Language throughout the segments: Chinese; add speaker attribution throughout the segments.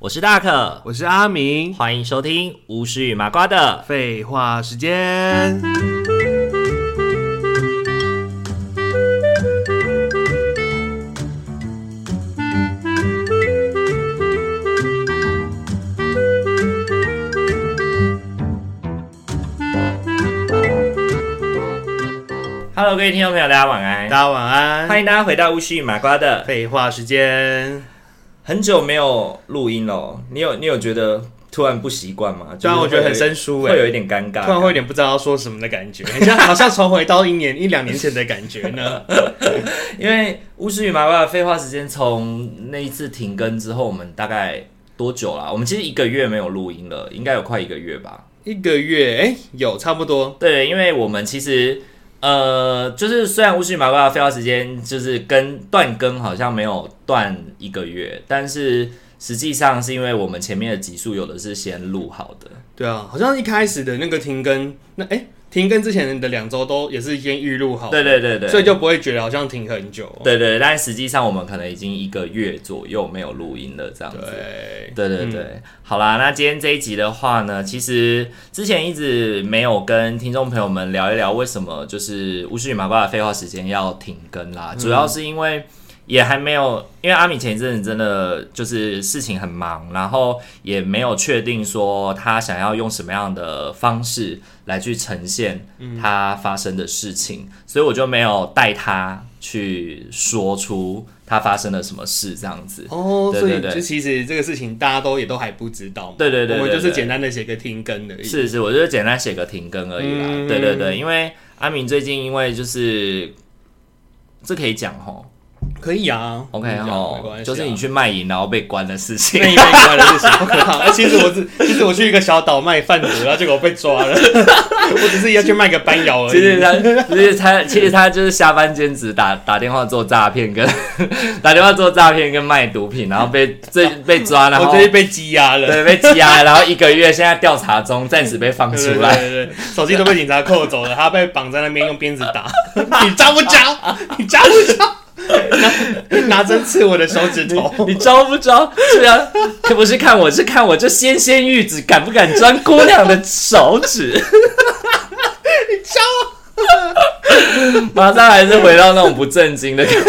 Speaker 1: 我是大可，
Speaker 2: 我是阿明。
Speaker 1: 欢迎收听巫师与麻瓜的。
Speaker 2: 废话时间，
Speaker 1: Hello，各位听众朋友，大家晚安
Speaker 2: 大。家晚安。
Speaker 1: 欢迎大家回到巫师与麻瓜的。
Speaker 2: 废话时间，
Speaker 1: 很久没有录音了，你有你有觉得突然不习惯吗？
Speaker 2: 啊虽然我觉得很生
Speaker 1: 疏，
Speaker 2: 疏哎、
Speaker 1: 会有一点尴尬，
Speaker 2: 突然会有点不知道说什么的感觉， 很像好像重回到一年一两年前的感觉呢。
Speaker 1: 因为巫师与麻瓜的废话时间从那一次停更之后，我们大概多久啦？我们其实一个月没有录音了，应该有 快一个月吧。
Speaker 2: 一个月哎、有差不多，
Speaker 1: 对，因为我们其实呃，就是虽然巫师与麻瓜的废话时间就是跟断更好像没有断一个月，但是实际上是因为我们前面的集数有的是先录好的，
Speaker 2: 对啊，好像一开始的那个停更，那哎、停更之前的两周都也是先预录好，
Speaker 1: 对对对对，
Speaker 2: 哦所以就不会觉得好像停很久。
Speaker 1: 对对，但实际上我们可能已经一个月左右没有录音了，这样子。
Speaker 2: 对，
Speaker 1: 对对对，好啦，那今天这一集的话呢，其实之前一直没有跟听众朋友们聊一聊为什么就是巫师与麻瓜的废话时间要停更啦，
Speaker 2: 嗯
Speaker 1: 主要是因为也还没有，因为阿米前一阵子真的就是事情很忙，然后也没有确定说他想要用什么样的方式来去呈现
Speaker 2: 嗯
Speaker 1: 他发生的事情，所以我就没有带他去说出他发生了什么事这样子。
Speaker 2: 哦，
Speaker 1: 对
Speaker 2: 所以
Speaker 1: 对对
Speaker 2: 就其实这个事情大家都也都还不知道嘛。
Speaker 1: 对对对对
Speaker 2: 我们就是
Speaker 1: 对
Speaker 2: 简单的写个停更而已。
Speaker 1: 是是，我就是简单写个停更而已啦。
Speaker 2: 嗯
Speaker 1: 对对对，因为阿敏最近因为就是这可以讲吼
Speaker 2: 可以啊
Speaker 1: ，OK
Speaker 2: 你讲没
Speaker 1: 吼
Speaker 2: 关系、，啊，
Speaker 1: 就是你去卖淫然后被关的事情
Speaker 2: 那。你被关了是什么可怕？哎其实我是， 其实我去一个小岛卖贩毒，然后结果我被抓了， 我只是要去卖个班摇而
Speaker 1: 其实
Speaker 2: 已。
Speaker 1: 他，其实他，其实他就是下班兼职打打电话做诈骗，跟 打电话做诈骗跟卖毒品，然后被这被抓，然
Speaker 2: 我
Speaker 1: 后
Speaker 2: 最近被羁押了，
Speaker 1: 对被羁押，然后一个月现在调查中，暂时被放
Speaker 2: 对
Speaker 1: 出
Speaker 2: 对
Speaker 1: 来。
Speaker 2: 对对对，手机都被警察扣走了，他被绑在那边用鞭子打， 你扎不扎？ 你扎不扎？拿拿针刺我的手指头，
Speaker 1: 你招不招？是啊，可不是看我，是看我这纤纤玉指敢不敢钻姑娘的手指。你招！马上还是回到那种不正经的感觉。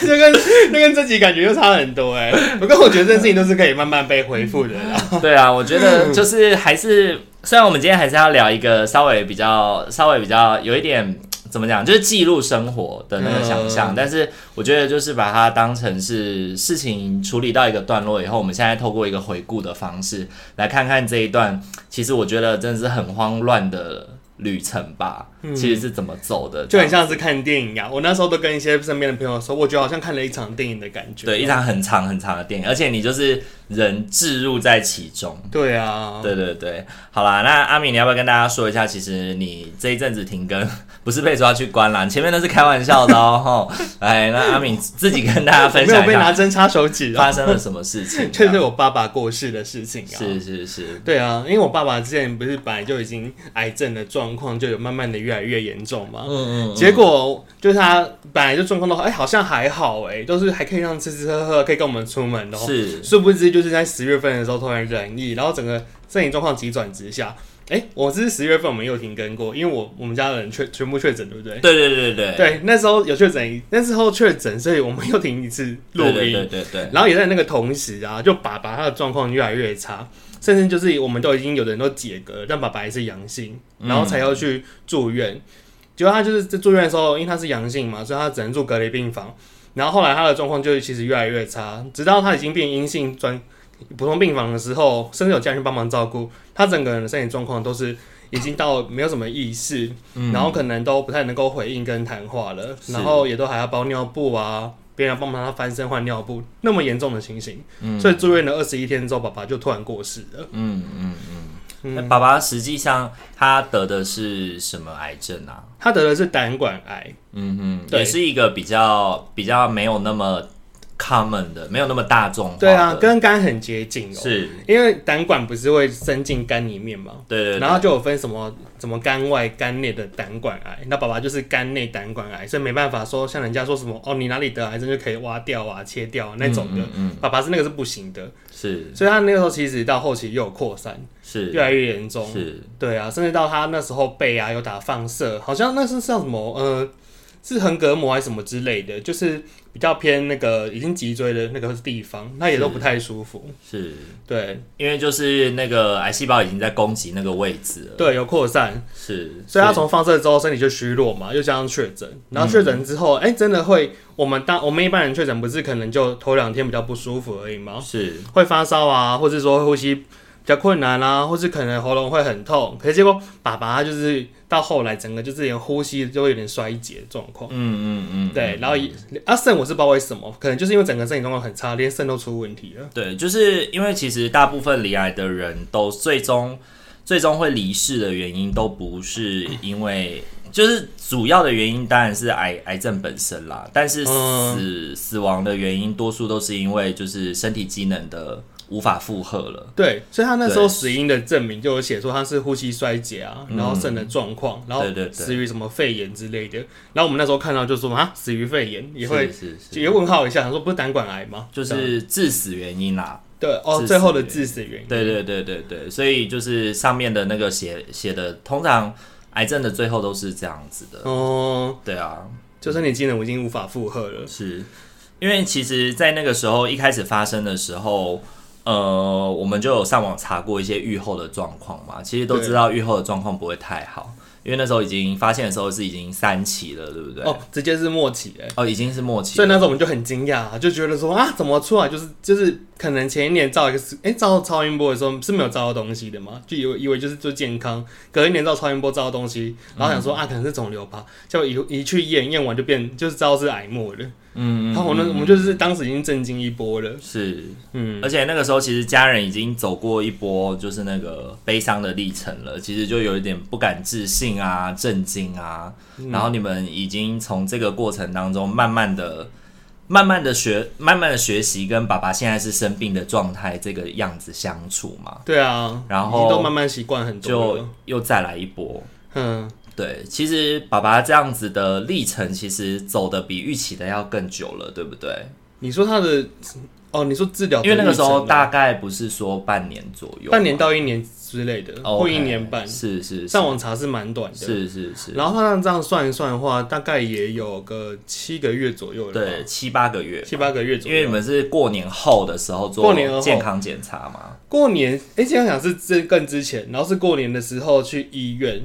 Speaker 2: 这跟这跟这集感觉又差很多哎、不过我觉得这件事情都是可以慢慢被恢复的啦。
Speaker 1: 对啊，我觉
Speaker 2: 嗯
Speaker 1: 得就是还是，虽然我们今天还是要聊一个稍微比较、稍微比较有一点怎么讲，就是记录生活的那个想象，
Speaker 2: 嗯
Speaker 1: 但是我觉得就是把它当成是事情处理到一个段落以后，我们现在透过一个回顾的方式来看看这一段，其实我觉得真的是很慌乱的旅程吧，其实是怎么走的，
Speaker 2: 嗯就很
Speaker 1: 这样
Speaker 2: 像是看电影啊！我那时候都跟一些身边的朋友说，我觉得好像看了一场电影的感觉。
Speaker 1: 对一场很长很长的电影，而且你就是人置入在其中。
Speaker 2: 对啊，
Speaker 1: 对对对，好啦，那阿敏，你要不要跟大家说一下？其实你这一阵子停更， 不是被抓去关啦，你前面那是开玩笑的哦。吼， 哎，那阿敏自己跟大家分
Speaker 2: 没有
Speaker 1: 享一
Speaker 2: 被拿
Speaker 1: 下
Speaker 2: 针插手指 啊，
Speaker 1: 发生了什么事 情。
Speaker 2: 这是我爸爸过世的事情啊。
Speaker 1: 是是是，
Speaker 2: 对啊，因为我爸爸之前不是本来就已经癌症的状况就有慢慢的越来越严重嘛，
Speaker 1: 嗯嗯，
Speaker 2: 结果就是他本来就状况都好，哎、好像还好哎、都是还可以让吃吃喝喝，可以跟我们出门哦。
Speaker 1: 是
Speaker 2: 殊不知就是在十月份的时候突然染疫，然后整个身体状况急转直下。哎、我是十月份我们有停更过，因为我我们家的人确全部确诊，对不对？
Speaker 1: 对对对对对
Speaker 2: 对，那时候有确诊，那时候确诊，所以我们又停一次录音。
Speaker 1: 对对对对，
Speaker 2: 然后也在那个同时啊，就爸爸他的状况越来越差，甚至就是我们都已经有的人都解隔，但爸爸还是阳性，然后才要去住院。结果他就是在住院的时候，因为他是阳性嘛，所以他只能住隔离病房。然后后来他的状况就其实越来越差，直到他已经变阴性转普通病房的时候，甚至有家人帮忙照顾，他整个人的身体状况都是已经到没有什么意识，然后可能都不太能够回应跟谈话了，
Speaker 1: 嗯是
Speaker 2: 然后也都还要包尿布啊，别人要帮忙他翻身换尿布，那么严重的情形，所以住院了二十一天之后，爸爸就突然过世了。
Speaker 1: 嗯嗯嗯。那爸爸实际上他得的是什么癌症啊？
Speaker 2: 他得的是胆管癌，
Speaker 1: 嗯嗯，
Speaker 2: 对
Speaker 1: 也是一个比较比较没有那么 common 的，没有那么大众化的。
Speaker 2: 对啊，跟肝很接近哦、
Speaker 1: 是，
Speaker 2: 因为胆管不是会伸进肝里面嘛，
Speaker 1: 对对对。
Speaker 2: 然后就有分什么什么肝外、肝内的胆管癌。那爸爸就是肝内胆管癌，所以没办法说像人家说什么哦，你哪里得癌症就可以挖掉啊、切掉啊那种
Speaker 1: 嗯
Speaker 2: 的。
Speaker 1: 嗯嗯
Speaker 2: 爸爸是那个是不行的，
Speaker 1: 是
Speaker 2: 所以他那个时候其实到后期又有扩散，
Speaker 1: 是
Speaker 2: 越来越严重。
Speaker 1: 是
Speaker 2: 对啊，甚至到他那时候背啊有打放射，好像那是像什么呃，是横膈膜还是什么之类的，就是比较偏那个已经脊椎的那个地方，那也都不太舒服。
Speaker 1: 是，
Speaker 2: 对
Speaker 1: 因为就是那个癌细胞已经在攻击那个位置了。
Speaker 2: 对，有扩散，
Speaker 1: 是，
Speaker 2: 所以他从放射之后身体就虚弱嘛，又加上确诊，然后确诊之后，哎、真的会，我们当我们一般人确诊不是可能就头两天比较不舒服而已吗？
Speaker 1: 是
Speaker 2: 会发烧啊，或是说会呼吸比较困难啦、或是可能喉咙会很痛。可是结果爸爸他就是到后来整个就是连呼吸都会有点衰竭的状况。
Speaker 1: 嗯嗯嗯，
Speaker 2: 对，
Speaker 1: 嗯
Speaker 2: 然后也啊肾我是不知道为什么，可能就是因为整个身体状况很差，连肾都出问题了。
Speaker 1: 对，就是因为其实大部分离癌的人都最终最终会离世的原因都不是因为，就是主要的原因当然是癌癌症本身啦，但是死、死亡的原因多数都是因为就是身体机能的无法负荷了。
Speaker 2: 对，所以他那时
Speaker 1: 对嗯
Speaker 2: 候死因的证明就有写说他是呼吸衰竭啊，然后肾的状况，然后
Speaker 1: 对对对
Speaker 2: 死于什么肺炎之类的。然后我们那时候看到就说啊，死于肺炎也会
Speaker 1: 是是
Speaker 2: 就也
Speaker 1: 是，
Speaker 2: 问号一下，想说不是胆管癌吗？
Speaker 1: 就是致死原因啦。
Speaker 2: 对哦
Speaker 1: 致，死
Speaker 2: 最后的
Speaker 1: 原因
Speaker 2: 致死原因。
Speaker 1: 对对对对对，所以就是上面的那个写写的，通常癌症的最后都是这样子的。
Speaker 2: 哦，
Speaker 1: 对啊，
Speaker 2: 就身体机能我已经无法负荷了。
Speaker 1: 是因为其实，在那个时候一开始发生的时候，呃，我们就有上网查过一些愈后的状况嘛，其实都知道愈后的状况不会太好，因为那时候已经发现的时候是已经三期了，对不对？
Speaker 2: 哦，直接是末期哎、
Speaker 1: 哦已经是末期
Speaker 2: 所以
Speaker 1: 了，
Speaker 2: 那时候我们就很惊讶、就觉得说啊，怎么出来就是就是可能前一年照一个哎、照超音波的时候是没有照到东西的嘛，就以为以为就是做健康，隔一年照超音波照到东西，然后想说、啊可能是肿瘤吧，结果一一去验验完就变就是知道是癌末了，
Speaker 1: 嗯，
Speaker 2: 然后我们我们就是当时已经震惊一波了，
Speaker 1: 是，
Speaker 2: 嗯，
Speaker 1: 而且那个时候其实家人已经走过一波就是那个悲伤的历程了，其实就有一点不敢置信啊、震惊啊。
Speaker 2: 嗯
Speaker 1: 然后你们已经从这个过程当中慢慢的、慢慢的学、慢慢的学习跟爸爸现在是生病的状态这个样子相处嘛，
Speaker 2: 对啊，
Speaker 1: 然
Speaker 2: 已经
Speaker 1: 后
Speaker 2: 都慢慢习惯很多
Speaker 1: 就
Speaker 2: 了，
Speaker 1: 又再来一波。
Speaker 2: 嗯，
Speaker 1: 对，其实爸爸这样子的历程，其实走的比预期的要更久了，对不对？
Speaker 2: 你说他的哦，你说治疗的
Speaker 1: 因为那个时
Speaker 2: 历
Speaker 1: 候
Speaker 2: 程啊
Speaker 1: 大概不是说半年左右嘛，
Speaker 2: 半年到一年之类的，
Speaker 1: 哦，
Speaker 2: 或一年半。
Speaker 1: 是是是
Speaker 2: 上网查是蛮短的，
Speaker 1: 是是是，
Speaker 2: 然后他这样算一算的话，大概也有个七个月左右了吧，
Speaker 1: 对，七八个月，
Speaker 2: 七八个月左
Speaker 1: 因
Speaker 2: 右。
Speaker 1: 为你们是过年后的时候做
Speaker 2: 过年后
Speaker 1: 健康检查嘛，
Speaker 2: 过年，哎，这样想是这更之前，然后是过年的时候去医院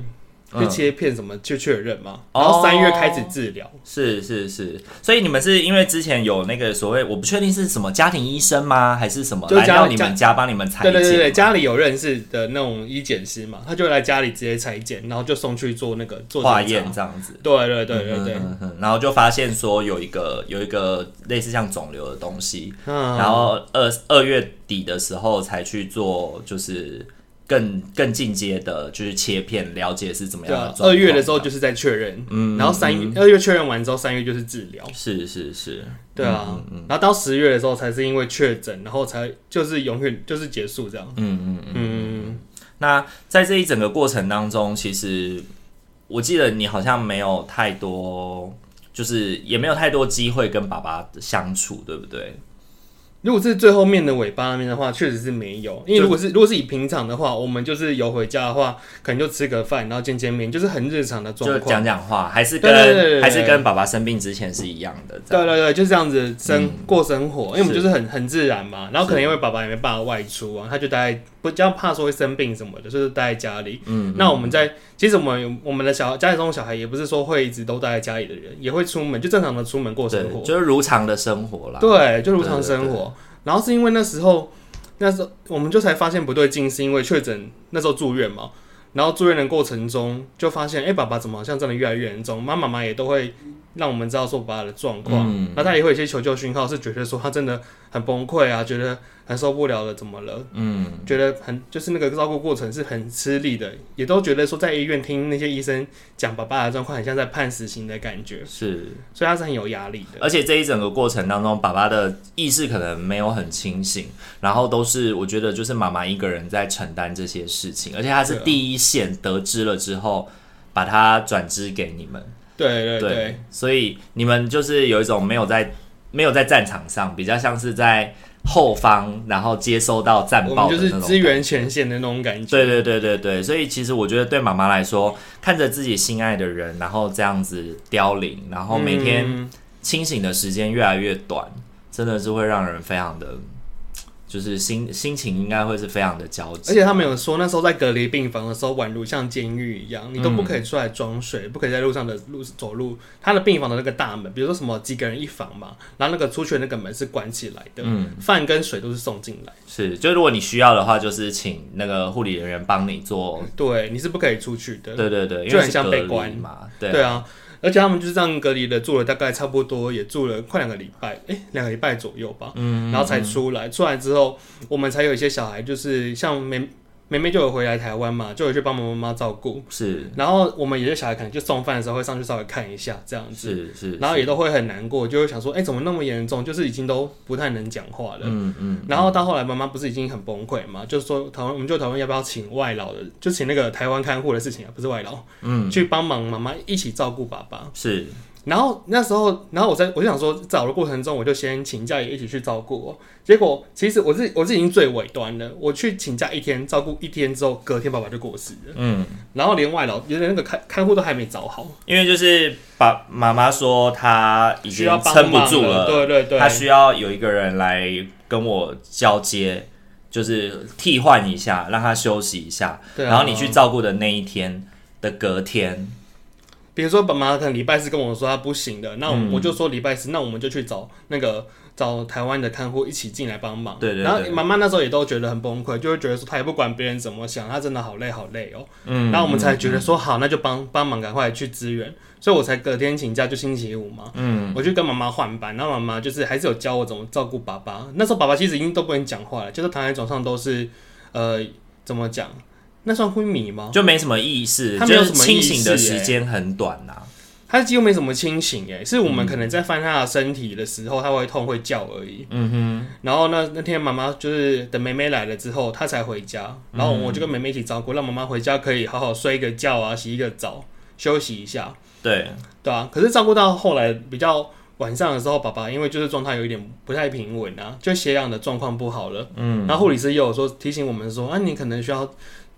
Speaker 2: 去
Speaker 1: 嗯
Speaker 2: 切片什么去确认嘛，
Speaker 1: 哦
Speaker 2: 然后三月开始治疗，
Speaker 1: 是是是，所以你们是因为之前有那个所谓，我不确定是什么家庭医生吗，还是什么
Speaker 2: 就
Speaker 1: 来
Speaker 2: 家
Speaker 1: 到你们家帮你们裁
Speaker 2: 对对对对，
Speaker 1: 剪，
Speaker 2: 家里有认识的那种医检师嘛，他就来家里直接裁剪，然后就送去做那个做检查
Speaker 1: 化验。这样子。
Speaker 2: 对对对对对，
Speaker 1: 嗯嗯嗯然后就发现说有一个有一个类似像肿瘤的东西，
Speaker 2: 嗯，
Speaker 1: 然后二二月底的时候才去做，就是更更进阶的，就是切片，了解是怎么
Speaker 2: 对
Speaker 1: 样的
Speaker 2: 啊
Speaker 1: 状，况。
Speaker 2: 二月的时候就是在确认，
Speaker 1: 嗯
Speaker 2: 然后三月二月确认完之后，三月就是治疗。
Speaker 1: 是是是，
Speaker 2: 对
Speaker 1: 嗯
Speaker 2: 啊，然后到十月的时候才是因为确诊，然后才就是永远就是结束这样。
Speaker 1: 嗯嗯。
Speaker 2: 嗯，
Speaker 1: 那在这一整个过程当中，其实我记得你好像没有太多，就是也没有太多机会跟爸爸相处，对不对？
Speaker 2: 如果是最后面的尾巴那边的话，确实是没有，因为如果是如果是以平常的话，我们就是有回家的话，可能就吃个饭，然后见见面，就是很日常的
Speaker 1: 就
Speaker 2: 状况。
Speaker 1: 讲讲话，还是
Speaker 2: 对
Speaker 1: 跟
Speaker 2: 对对对对
Speaker 1: 还是跟爸爸生病之前是一样的。这
Speaker 2: 对
Speaker 1: 样
Speaker 2: 对对，就是这样子生、过生活，因为我们
Speaker 1: 嗯是
Speaker 2: 就是很很自然嘛。然后可能因为爸爸也没办法外出啊，他就待在不这样怕说会生病什么的，就是待在家里。
Speaker 1: 嗯，
Speaker 2: 那我们在其实我们我们的小家里中的小孩也不是说会一直都待在家里的人，也会出门，就正常的出门过生活
Speaker 1: 对，。就是如常的生活啦。
Speaker 2: 对，就如常生活。然后是因为那时候，那时候我们就才发现不对劲，是因为确诊那时候住院嘛。然后住院的过程中，就发现哎、诶爸爸怎么好像真的越来越严重？妈妈妈也都会让我们知道说爸爸的状况。
Speaker 1: 嗯，
Speaker 2: 那他也会有一些求救讯号，是觉得说他真的很崩溃啊，觉得很受不了了，怎么了？
Speaker 1: 嗯，
Speaker 2: 觉得很就是那个照顾过程是很吃力的，也都觉得说在医院听那些医生讲爸爸的状况，很像在判死刑的感觉，
Speaker 1: 是。
Speaker 2: 所以他是很有压力的。
Speaker 1: 而且这一整个过程当中，爸爸的意识可能没有很清醒，然后都是我觉得就是妈妈一个人在承担这些事情，而且他是
Speaker 2: 对啊
Speaker 1: 第一线得知了之后，把它转支给你们，
Speaker 2: 对对对，
Speaker 1: 所以你们就是有一种没有在没有在战场上，比较像是在后方，然后接收到战
Speaker 2: 我
Speaker 1: 报
Speaker 2: 们
Speaker 1: 的那
Speaker 2: 就是
Speaker 1: 种
Speaker 2: 支
Speaker 1: 感觉
Speaker 2: 援前线的那种感觉。
Speaker 1: 对对对对对，所以其实我觉得对妈妈来说，看着自己心爱的人，然后这样子凋零，然后每天
Speaker 2: 嗯
Speaker 1: 清醒的时间越来越短，真的是会让人非常的，就是心心情应该会是非常的焦急。
Speaker 2: 而且他们有说，那时候在隔离病房的时候，宛如像监狱一样，你都
Speaker 1: 嗯
Speaker 2: 不可以出来装水，不可以在路上的路走路。他的病房的那个大门，比如说什么几个人一房嘛，然后那个出去的那个门是关起来的，
Speaker 1: 嗯
Speaker 2: 饭跟水都是送进来，
Speaker 1: 是，就如果你需要的话，就是请那个护理人员帮你做。
Speaker 2: 对，你是不可以出去的。
Speaker 1: 对对对，因
Speaker 2: 就
Speaker 1: 为
Speaker 2: 很
Speaker 1: 是
Speaker 2: 像
Speaker 1: 隔
Speaker 2: 被
Speaker 1: 离
Speaker 2: 关
Speaker 1: 嘛，对
Speaker 2: 对啊，而且他们就是这样隔离的，住了大概差不多也住了快两个礼拜，哎、两个礼拜左右吧，嗯，然后才出来。出来之后，我们才有一些小孩，就是像梅梅梅就有回来台湾嘛，就有去帮忙妈妈照顾。
Speaker 1: 是
Speaker 2: 然后我们有些小孩可能就送饭的时候会上去稍微看一下这样子，
Speaker 1: 是是，
Speaker 2: 然后也
Speaker 1: 是
Speaker 2: 都会很难过，就会想说，哎、怎么那么严重？就是已经都不太能讲话了。
Speaker 1: 嗯嗯，
Speaker 2: 然后到后来，妈妈不是已经很崩溃嘛？就说讨论，我们就讨论要不要请外劳的，就请那个台湾看护的事情啊，不是外劳，
Speaker 1: 嗯，
Speaker 2: 去帮忙妈妈一起照顾爸爸。
Speaker 1: 是
Speaker 2: 然后那时候，然后我在我就想说，找的过程中，我就先请假也一起去照顾哦。结果其实我是我是已经最尾端了，我去请假一天照顾一天之后，隔天爸爸就过世了，
Speaker 1: 嗯，
Speaker 2: 然后连外劳，连那个看看护都还没找好，
Speaker 1: 因为就是爸妈妈说她已
Speaker 2: 需
Speaker 1: 经
Speaker 2: 要帮
Speaker 1: 撑不
Speaker 2: 忙
Speaker 1: 住
Speaker 2: 了，
Speaker 1: 了，
Speaker 2: 对对对，
Speaker 1: 他需要有一个人来跟我交接，就是替换一下，让他休息一下。
Speaker 2: 对啊
Speaker 1: 然后你去照顾的那一天的隔天，
Speaker 2: 比如说爸妈可能礼拜四跟我说他不行的，那我,、
Speaker 1: 嗯
Speaker 2: 我就说礼拜四，那我们就去找那个找台湾的看护一起进来帮忙。
Speaker 1: 对对对
Speaker 2: 然后妈妈那时候也都觉得很崩溃，就会觉得说她也不管别人怎么想，她真的好累好累哦。
Speaker 1: 嗯，
Speaker 2: 然后我们才觉得说好，那就帮帮忙，赶快去支援。所以我才隔天请假，就星期五嘛。
Speaker 1: 嗯，
Speaker 2: 我就跟妈妈换班，然后妈妈就是还是有教我怎么照顾爸爸。那时候爸爸其实已经都不能讲话了，就是躺在床上都是呃怎么讲，那算昏迷吗？
Speaker 1: 就没什么意识，
Speaker 2: 哦他没有
Speaker 1: 就是
Speaker 2: 什么
Speaker 1: 清
Speaker 2: 意
Speaker 1: 醒的
Speaker 2: 识
Speaker 1: 时
Speaker 2: 欸
Speaker 1: 间很短啊呐、
Speaker 2: 他几乎没什么清醒，诶，是我们可能在翻他的身体的时候，他会痛会叫而已。
Speaker 1: 嗯
Speaker 2: 然后那那天妈妈就是等梅梅来了之后，她才回家，然后我就跟梅梅一起照顾，让妈妈回家可以好好睡一个觉啊，洗一个澡，休息一下，
Speaker 1: 哼，对，
Speaker 2: 对啊。可是照顾到后来比较晚上的时候，爸爸因为就是状态有一点不太平稳啊，就血氧的状况不好了。
Speaker 1: 嗯
Speaker 2: 然后护理师也有说提醒我们说，啊，你可能需要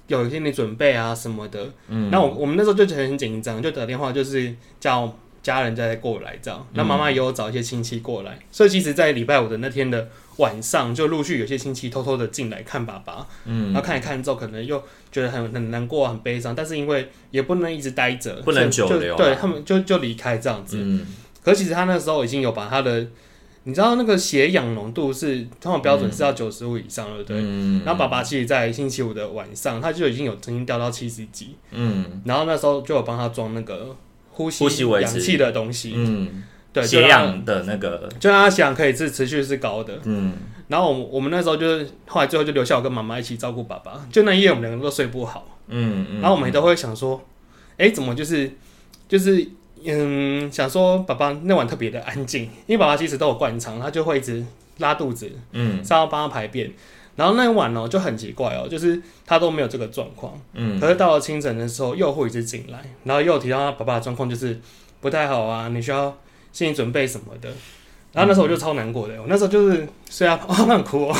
Speaker 2: 有一些你准备啊什么的。
Speaker 1: 嗯，
Speaker 2: 那我我们那时候就觉得很紧张，就打电话就是叫家人再过来这
Speaker 1: 嗯
Speaker 2: 样。那妈妈也有找一些亲戚过来，所以其实，在礼拜五的那天的晚上，就陆续有些亲戚偷偷的进来看爸爸，
Speaker 1: 嗯，
Speaker 2: 然后看一看之后，可能又觉得很很难过、很悲伤，但是因为也不能一直待着，
Speaker 1: 不能
Speaker 2: 所以
Speaker 1: 久
Speaker 2: 就
Speaker 1: 留啊
Speaker 2: 对他们就就离开这样子。
Speaker 1: 嗯，
Speaker 2: 可其实他那时候已经有把他的，你知道那个血氧浓度是通常标准是要九十五以上，对不对？
Speaker 1: 嗯，
Speaker 2: 然后爸爸其实，在星期五的晚上，他就已经有曾经掉到七十几，
Speaker 1: 嗯
Speaker 2: 然后那时候就有帮他装那个呼吸
Speaker 1: 呼吸维
Speaker 2: 氧
Speaker 1: 持
Speaker 2: 气的东西，
Speaker 1: 嗯，
Speaker 2: 对，就
Speaker 1: 血
Speaker 2: 让
Speaker 1: 氧的那个，
Speaker 2: 就让他血氧可以是持续是高的。
Speaker 1: 嗯，
Speaker 2: 然后我们我们那时候就是后来最后就留下我跟妈妈一起照顾爸爸，就那一夜我们两个都睡不好，
Speaker 1: 嗯嗯，
Speaker 2: 然后我们也都会想说，哎，怎么就是就是。嗯，想说爸爸那晚特别的安静，因为爸爸其实都有灌肠，他就会一直拉肚子，
Speaker 1: 嗯
Speaker 2: 是要帮他排便。然后那一晚呢、就很奇怪哦，就是他都没有这个状况，
Speaker 1: 嗯
Speaker 2: 可是到了清晨的时候，又护理师进来，然后又提到他爸爸的状况就是不太好啊，你需要心理准备什么的。然后那时候我就超难过的，我那时候就是睡在他旁，哦，那很哭哦。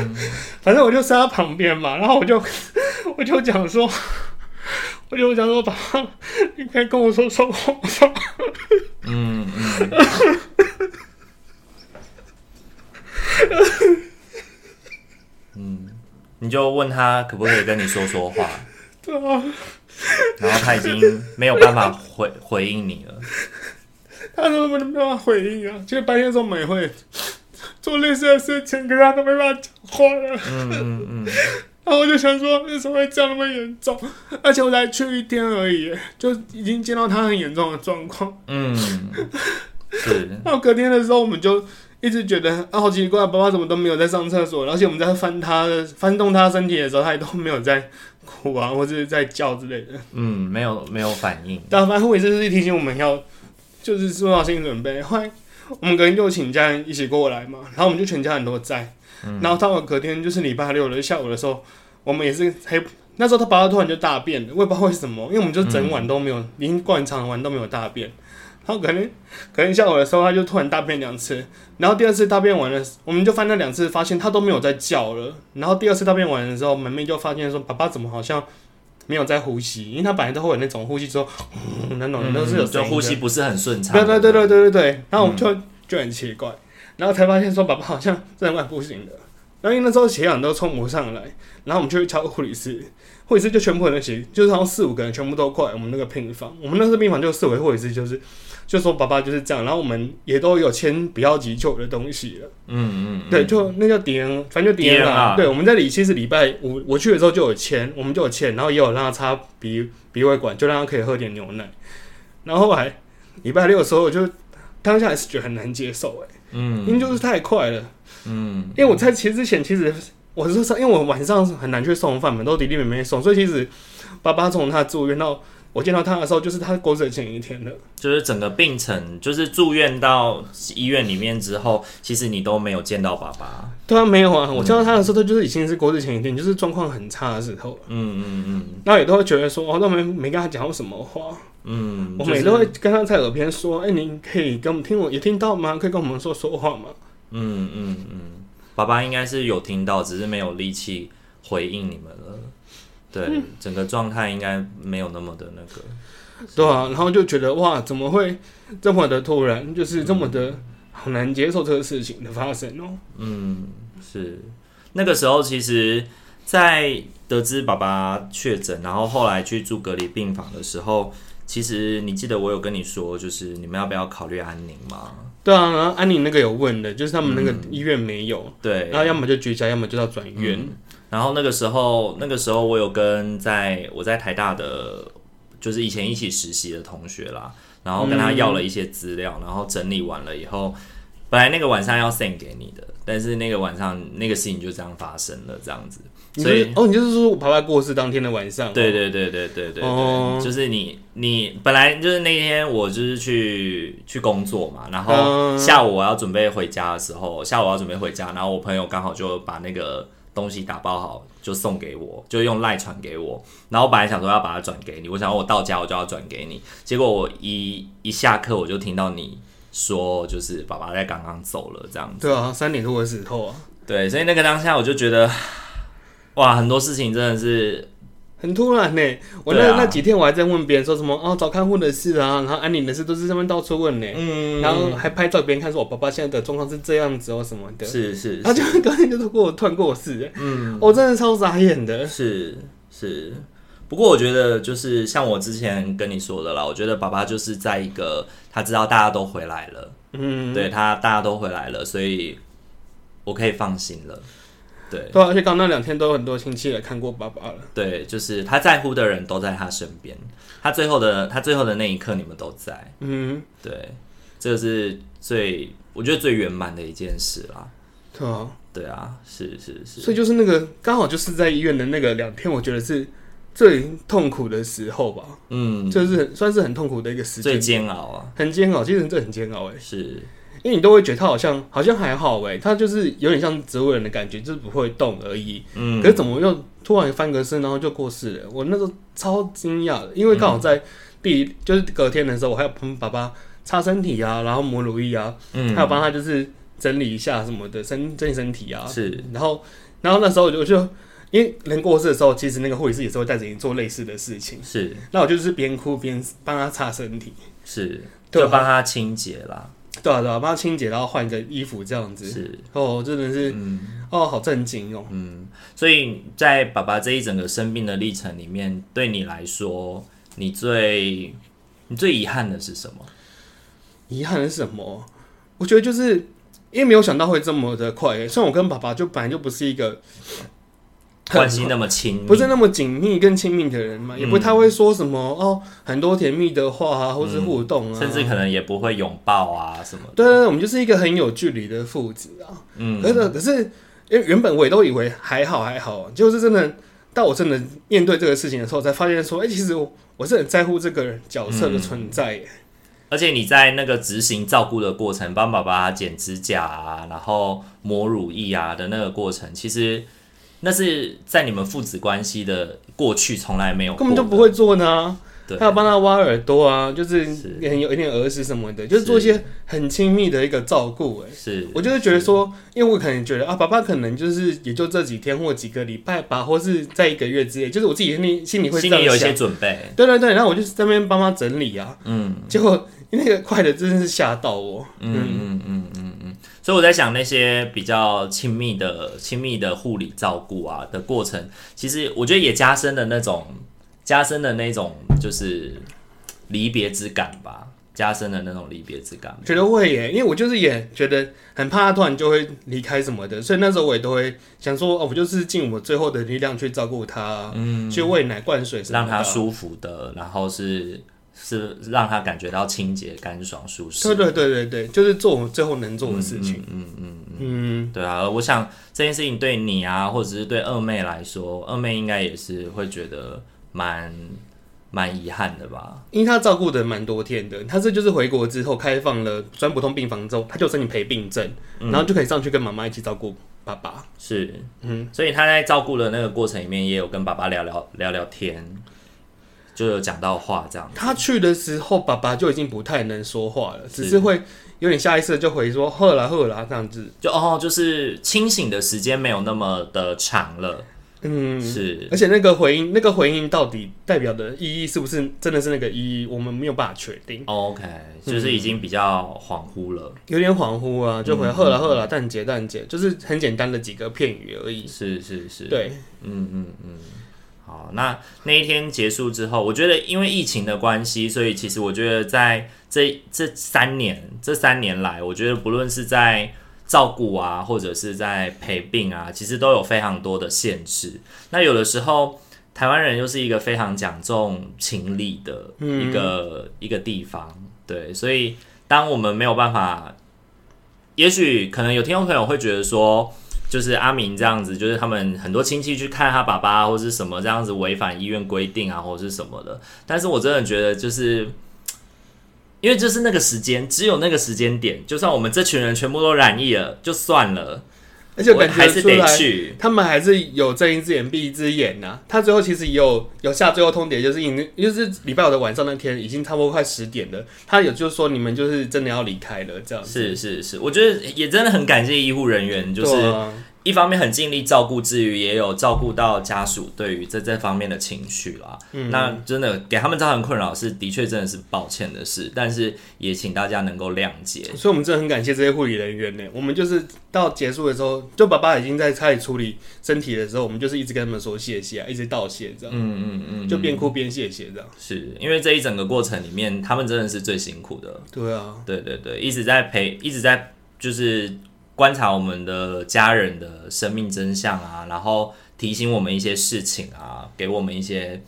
Speaker 2: 反正我就睡在他旁边嘛，然后我就我就讲说，我就讲说，爸爸，你可以跟我说说话吗。
Speaker 1: 嗯嗯，嗯，你就问他可不可以跟你说说话，
Speaker 2: 对啊，
Speaker 1: 然后他已经没有办法回回应你了。
Speaker 2: 他都没办法回应啊。其实白天的时候我们也会做类似的事情，可是他都没办法讲话了。啊
Speaker 1: 嗯嗯嗯，
Speaker 2: 然然后我就想说，为什么会这样那么严重？而且我才去一天而已，就已经见到他很严重的状况。
Speaker 1: 嗯，是，
Speaker 2: 那隔天的时候，我们就一直觉得啊，好奇怪，爸爸怎么都没有在上厕所，而且我们在翻他的翻动他身体的时候，他也都没有在哭啊，或者是在叫之类的。
Speaker 1: 嗯，没有没有反应，
Speaker 2: 但反正护理师就是提醒我们要，就是做好心理准备。后来我们隔天就请家人一起过来嘛，然后我们就全家人都在。
Speaker 1: 嗯
Speaker 2: 然后到了隔天就是礼拜六的下午的时候，我们也是还那时候他爸爸突然就大便了，我也不知道为什么，因为我们就整晚都没有，已经灌肠完都没有大便。然后可能可能下午的时候他就突然大便两次，然后第二次大便完了，我们就翻了两次，发现他都没有在叫了。然后第二次大便完的时候，妹妹就发现说爸爸怎么好像。没有在呼吸，因为他本来都会有那种呼吸之后，嗯那种都是有
Speaker 1: 嗯就
Speaker 2: 声音
Speaker 1: 呼
Speaker 2: 的
Speaker 1: 吸不是很顺畅。
Speaker 2: 对对对对对对对，然后我们就、就很奇怪，然后才发现说爸爸好像真的快不行了，然后因为那时候血氧都冲不上来，然后我们就去敲护理师，护理师就全部人一起，就是好像四五个人全部都过来我们那个病房，我们那个病房就四位护理师就是就说爸爸就是这样，然后我们也都有签不要急救的东西了，
Speaker 1: 嗯嗯，嗯
Speaker 2: 对，就那叫 DN，反正就 DN 啊
Speaker 1: DNR，
Speaker 2: 对，我们在里其实礼拜五我去的时候就有签，我们就有签，然后也有让他插鼻鼻胃管，就让他可以喝点牛奶。然后后来礼拜六的时候，我就当下还是觉得很难接受、哎，
Speaker 1: 嗯
Speaker 2: 因为就是太快了。
Speaker 1: 嗯
Speaker 2: 因为我在其实之前其实我是说，因为我晚上很难去送饭嘛，都弟弟妹妹送，所以其实爸爸从他住院到我见到他的时候，就是他过世的前一天了。
Speaker 1: 就是整个病程，就是住院到医院里面之后，其实你都没有见到爸爸。
Speaker 2: 对啊，没有啊，我见到他的时候，他就是已经是过世前一天，就是状况很差的时候。
Speaker 1: 嗯嗯
Speaker 2: 然后也都会觉得说，哦，那我们没跟他讲过什么话，
Speaker 1: 嗯嗯，
Speaker 2: 我
Speaker 1: 就
Speaker 2: 们也
Speaker 1: 是
Speaker 2: 都会跟他在耳边说，哎、您可以跟我们听我也听到吗？可以跟我们说说话吗？
Speaker 1: 嗯嗯嗯，爸爸应该是有听到，只是没有力气回应你们了。对，
Speaker 2: 嗯
Speaker 1: 整个状态应该没有那么的那个。
Speaker 2: 对啊，然后就觉得哇，怎么会这么的突然，就是这么的好难接受这个事情的发生哦、
Speaker 1: 嗯，是那个时候，其实，在得知爸爸确诊，然后后来去住隔离病房的时候，其实你记得我有跟你说，就是你们要不要考虑安宁吗？
Speaker 2: 对啊，然后安妮那个有问的，就是他们那个医院没有，
Speaker 1: 对，
Speaker 2: 然后要么就居家，要么就到转院。
Speaker 1: 嗯然后那个时候，那个时候我有跟在我在台大的，就是以前一起实习的同学啦，然后跟他要了一些资料，
Speaker 2: 嗯
Speaker 1: 然后整理完了以后，本来那个晚上要 send 给你的，但是那个晚上那个事情就这样发生了，这样子，
Speaker 2: 你
Speaker 1: 所
Speaker 2: 就是
Speaker 1: 以
Speaker 2: 哦，你就是说我爸爸过世当天的晚上，
Speaker 1: 对对对对对对对，
Speaker 2: 哦
Speaker 1: 就是你你本来就是那天我就是去去工作嘛，然后
Speaker 2: 嗯
Speaker 1: 下午我要准备回家的时候，下午我要准备回家，然后我朋友刚好就把那个东西打包好，就送给我，就用赖传给我，然后我本来想说要把它转给你，我想我到家我就要转给你，结果我一一下课我就听到你说就是爸爸在刚刚走了这样子。
Speaker 2: 对啊，三点多的时候啊，
Speaker 1: 对，所以那个当下我就觉得，哇，很多事情真的是
Speaker 2: 很突然呢、我那、
Speaker 1: 对啊
Speaker 2: 那几天我还在问别人说什么哦，找看护的事啊，然后安妮的事都是他们到处问呢、
Speaker 1: 嗯
Speaker 2: 然后还拍照别人看说我哦爸爸现在的状况是这样子哦什么的，
Speaker 1: 是是
Speaker 2: 然后就隔天就是跟我突然过世、
Speaker 1: 嗯，
Speaker 2: 我真的超傻眼的。
Speaker 1: 是是，不过我觉得就是像我之前跟你说的啦，我觉得爸爸就是在一个他知道大家都回来了，
Speaker 2: 嗯，
Speaker 1: 对他大家都回来了，所以我可以放心了。对
Speaker 2: 对啊，而且刚那两天都有很多亲戚来看过爸爸了。
Speaker 1: 对，就是他在乎的人都在他身边，他最后的他最后的那一刻你们都在，
Speaker 2: 嗯，
Speaker 1: 对，这是最我觉得最圆满的一件事啦。
Speaker 2: 对啊，
Speaker 1: 对啊，是是是，
Speaker 2: 所以就是那个刚好就是在医院的那个两天，我觉得是最痛苦的时候吧，
Speaker 1: 嗯，
Speaker 2: 就是很算是很痛苦的一个时
Speaker 1: 最
Speaker 2: 间，
Speaker 1: 煎熬啊，
Speaker 2: 很煎熬，其实这很煎熬哎、
Speaker 1: 是
Speaker 2: 因为你都会觉得他好像好像还好哎、他就是有点像植物人的感觉，就是不会动而已。
Speaker 1: 嗯
Speaker 2: 可是怎么又突然翻个身，然后就过世了？我那时候超惊讶的，因为刚好在第、就是隔天的时候，我还有帮爸爸擦身体啊，然后抹乳液啊，
Speaker 1: 嗯
Speaker 2: 还有帮他就是整理一下什么的，身整理身体啊。
Speaker 1: 是
Speaker 2: 然后，然后那时候我就我就因为人过世的时候，其实那个护理师也是会带着你做类似的事情。
Speaker 1: 是
Speaker 2: 那我就是边哭边帮他擦身体，
Speaker 1: 是，
Speaker 2: 对
Speaker 1: 就
Speaker 2: 啊
Speaker 1: 帮他清洁啦。
Speaker 2: 对啊对啊，帮他清洁，然后换一个衣服这样子。
Speaker 1: 是，
Speaker 2: 哦，真的是，
Speaker 1: 嗯
Speaker 2: 哦，好震惊哦。
Speaker 1: 嗯，所以在爸爸这一整个生病的历程里面，对你来说，你最你最遗憾的是什么？
Speaker 2: 遗憾的是什么？我觉得就是因为没有想到会这么的快耶、虽然我跟爸爸就本来就不是一个
Speaker 1: 关嗯系那么亲密，
Speaker 2: 不是那么紧密跟亲密的人嘛，也不太会说什么哦，很多甜蜜的话啊，或是互动啊，
Speaker 1: 嗯甚至可能也不会拥抱啊什么的。
Speaker 2: 对对对，我们就是一个很有距离的父子啊。
Speaker 1: 嗯
Speaker 2: 可是可是，因为原本我也都以为还好还好，就是真的到我真的面对这个事情的时候，才发现说，哎、其实我我是很在乎这个角色的
Speaker 1: 嗯
Speaker 2: 存在耶。
Speaker 1: 而且你在那个执行照顾的过程，帮爸爸剪指甲啊，然后抹乳液啊的那个过程，其实那是在你们父子关系的过去从来没有过的，
Speaker 2: 根本就不会做呢，
Speaker 1: 对
Speaker 2: 还，有帮他挖耳朵啊，就是
Speaker 1: 是
Speaker 2: 也很有一点耳屎什么的，就是做一些很亲密的一个照顾。哎，
Speaker 1: 是
Speaker 2: 我就是觉得说，因为我可能觉得啊，爸爸可能就是也就这几天或几个礼拜吧，或是在一个月之内，就是我自己心里心里会这
Speaker 1: 心里有
Speaker 2: 样
Speaker 1: 一些
Speaker 2: 想。
Speaker 1: 准备，
Speaker 2: 对对对，然后我就在那边帮他整理啊，
Speaker 1: 嗯
Speaker 2: 结果那个快的真的是吓到我。
Speaker 1: 嗯嗯嗯嗯嗯，所以我在想那些比较亲密的、亲密的护理照顾啊的过程，其实我觉得也加深了那种、加深了那种就是离别之感吧，加深了那种离别之感。
Speaker 2: 觉得会耶，因为我就是也觉得很怕他突然就会离开什么的，所以那时候我也都会想说，哦，我就是尽我最后的力量去照顾他，嗯，去喂奶、灌水什么的，
Speaker 1: 让他舒服的，然后是是让他感觉到清洁、干爽、舒适。
Speaker 2: 对对对对对，就是做我最后能做的事情，
Speaker 1: 嗯嗯嗯，
Speaker 2: 嗯，
Speaker 1: 对啊，我想这件事情对你啊，或者是对二妹来说，二妹应该也是会觉得蛮蛮遗憾的吧？
Speaker 2: 因为他照顾的蛮多天的，他这就是回国之后开放了专普通病房之后，他就申请陪病证，
Speaker 1: 嗯
Speaker 2: 然后就可以上去跟妈妈一起照顾爸爸，
Speaker 1: 是，
Speaker 2: 嗯，
Speaker 1: 所以她在照顾的那个过程里面，也有跟爸爸聊聊聊聊天，就有讲到话这样。
Speaker 2: 他去的时候，爸爸就已经不太能说话了，只
Speaker 1: 是
Speaker 2: 是会有点下意识地就回说“呵啦呵啦”这样子。
Speaker 1: 就哦，就是清醒的时间没有那么的长了，
Speaker 2: 嗯，
Speaker 1: 是
Speaker 2: 而且那个回音，那个回音到底代表的意义是不是真的是那个意义，我们没有办法确定，
Speaker 1: 哦 OK，就是已经比较恍惚了。
Speaker 2: 有点恍惚啊，就回“呵啦呵啦”蛋姐蛋姐，就是很简单的几个片语而已。
Speaker 1: 是是是，
Speaker 2: 对，
Speaker 1: 嗯嗯嗯，好，那那一天结束之后，我觉得因为疫情的关系，所以其实我觉得在这这三年这三年来，我觉得不论是在照顾啊，或者是在陪病啊，其实都有非常多的限制。那有的时候。台湾人又是一个非常讲重情理的一个、一个地方，对，所以当我们没有办法，也许可能有听众朋友会觉得说，就是阿明这样子，就是他们很多亲戚去看他爸爸或是什么这样子违反医院规定啊，或是什么的。但是我真的觉得就是。因为就是那个时间，只有那个时间点，就算我们这群人全部都染疫了，就算了，
Speaker 2: 而且我
Speaker 1: 我
Speaker 2: 感
Speaker 1: 还
Speaker 2: 觉
Speaker 1: 是
Speaker 2: 出
Speaker 1: 得
Speaker 2: 来，
Speaker 1: 去。
Speaker 2: 他们还是有睁一只眼闭一只眼呐、他最后其实也有有下最后通牒，就是已经就是礼拜五的晚上那天已经差不多快十点了，他有就是说你们就是真的要离开了这样子。
Speaker 1: 是是是，我觉得也真的很感谢医护人员，就是
Speaker 2: 对啊
Speaker 1: 一方面很尽力照顾之余，也有照顾到家属对于这这方面的情绪啦。那真的给他们造成困扰是的确真的是抱歉的事，但是也请大家能够谅解。
Speaker 2: 所以我们真的很感谢这些护理人员呢。我们就是到结束的时候，就爸爸已经在开始处理身体的时候，我们就是一直跟他们说谢谢、啊，一直道谢这样，
Speaker 1: 嗯嗯嗯，
Speaker 2: 就边哭边谢谢这样。
Speaker 1: 是因为这一整个过程里面，他们真的是最辛苦的。
Speaker 2: 对啊，
Speaker 1: 对对对，一直在陪，一直在就是观察我们的家人的生命真相啊，然后提醒我们一些事情啊，给我们一些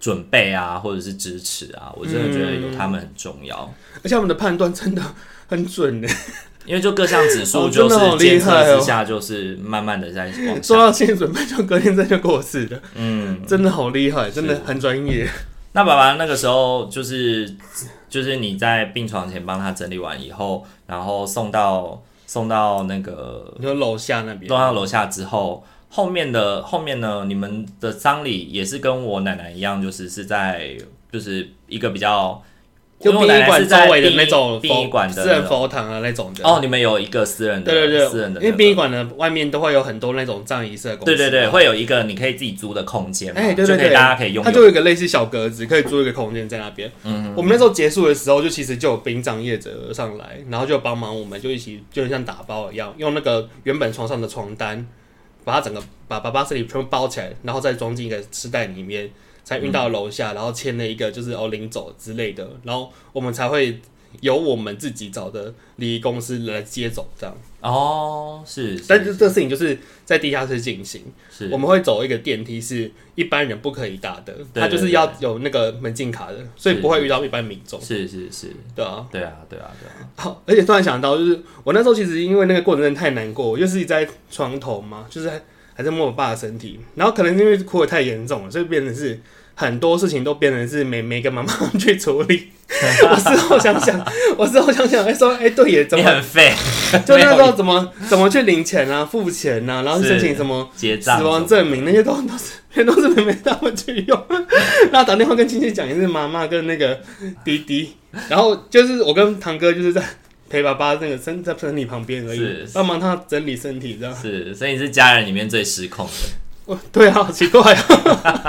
Speaker 1: 准备啊，或者是支持啊。我真的觉得有他们很重要。
Speaker 2: 而且他们的判断真的很 准呢。
Speaker 1: 因为就各项指数
Speaker 2: 哦
Speaker 1: 就
Speaker 2: 真的好
Speaker 1: 是监
Speaker 2: 厉害哦啊
Speaker 1: 测之下，就是慢慢的在往下。
Speaker 2: 说到心理准备，就隔天真的就过世了，
Speaker 1: 嗯，
Speaker 2: 真的好厉害，真的很专业。
Speaker 1: 那爸爸那个时候就是就是你在病床前帮他整理完以后，然后送到送到那个
Speaker 2: 你说楼下那边
Speaker 1: 送，到楼下之后，后面的后面呢，你们的丧礼也是跟我奶奶一样，就是是在就是一个比较，
Speaker 2: 就
Speaker 1: 因
Speaker 2: 殡
Speaker 1: 为我奶
Speaker 2: 仪
Speaker 1: 奶
Speaker 2: 馆
Speaker 1: 是
Speaker 2: 周
Speaker 1: 在
Speaker 2: 围的
Speaker 1: 殡
Speaker 2: 那种
Speaker 1: 殡仪
Speaker 2: 佛
Speaker 1: 馆的
Speaker 2: 私人
Speaker 1: 那种
Speaker 2: 佛堂啊那种的。
Speaker 1: 哦，，你们有一个私人的
Speaker 2: 对对
Speaker 1: 私
Speaker 2: 对
Speaker 1: 人，的那个，
Speaker 2: 因为殡仪馆的外面都会有很多那种葬仪社的公
Speaker 1: 对
Speaker 2: 司。
Speaker 1: 对对，。会有一个你可以自己租的空间嘛，
Speaker 2: 哎，对对
Speaker 1: 就可
Speaker 2: 对，
Speaker 1: 以大家可以用。
Speaker 2: 它就有一个类似小格子，可以租一个空间在那边。嗯，我们那时候结束的时候，就其实就有殡葬业者上来，然后就帮忙我们，就一起就像打包一样，用那个原本床上的床单，把它整个把把把尸体全部包起来，然后再装进一个尸袋里
Speaker 1: 嗯
Speaker 2: 面，才运到楼下，然后签了一个就是哦领走之类的，然后我们才会由我们自己找的礼仪公司来接走这样。
Speaker 1: 哦，是，
Speaker 2: 但是这个事情就是在地下室进行，
Speaker 1: 是
Speaker 2: 我们会走一个电梯，是一般人不可以搭的，
Speaker 1: 对
Speaker 2: 它就是要有那个门禁卡的，所以
Speaker 1: 是
Speaker 2: 不会遇到一般民众。
Speaker 1: 是是是，
Speaker 2: 对啊，
Speaker 1: 对啊对啊对啊，
Speaker 2: 好，而且突然想到，就是我那时候其实因为那个过程真的太难过，我就是在床头嘛，就是还还在摸我爸的身体，然后可能因为哭的太严重了，所以变成是很多事情都变成是妹妹跟妈妈去 处理。我事后想想，我事后想想，哎、说，哎、对耶，怎
Speaker 1: 你
Speaker 2: 么
Speaker 1: 很废，
Speaker 2: 就那时
Speaker 1: 没有
Speaker 2: 候怎么怎么去领钱啊、付钱啊，然后申请什么
Speaker 1: 结
Speaker 2: 死
Speaker 1: 账
Speaker 2: 亡证明那些都都是全都是妹妹他们去用， 然后打电话跟亲戚讲也是妈妈跟那个弟弟，然后就是我跟堂哥就是在陪爸爸那个身在身体旁边而已
Speaker 1: 是，
Speaker 2: 帮忙他整理身体这样。
Speaker 1: 是，所以你是家人里面最失控的，
Speaker 2: 我对啊，好奇怪啊！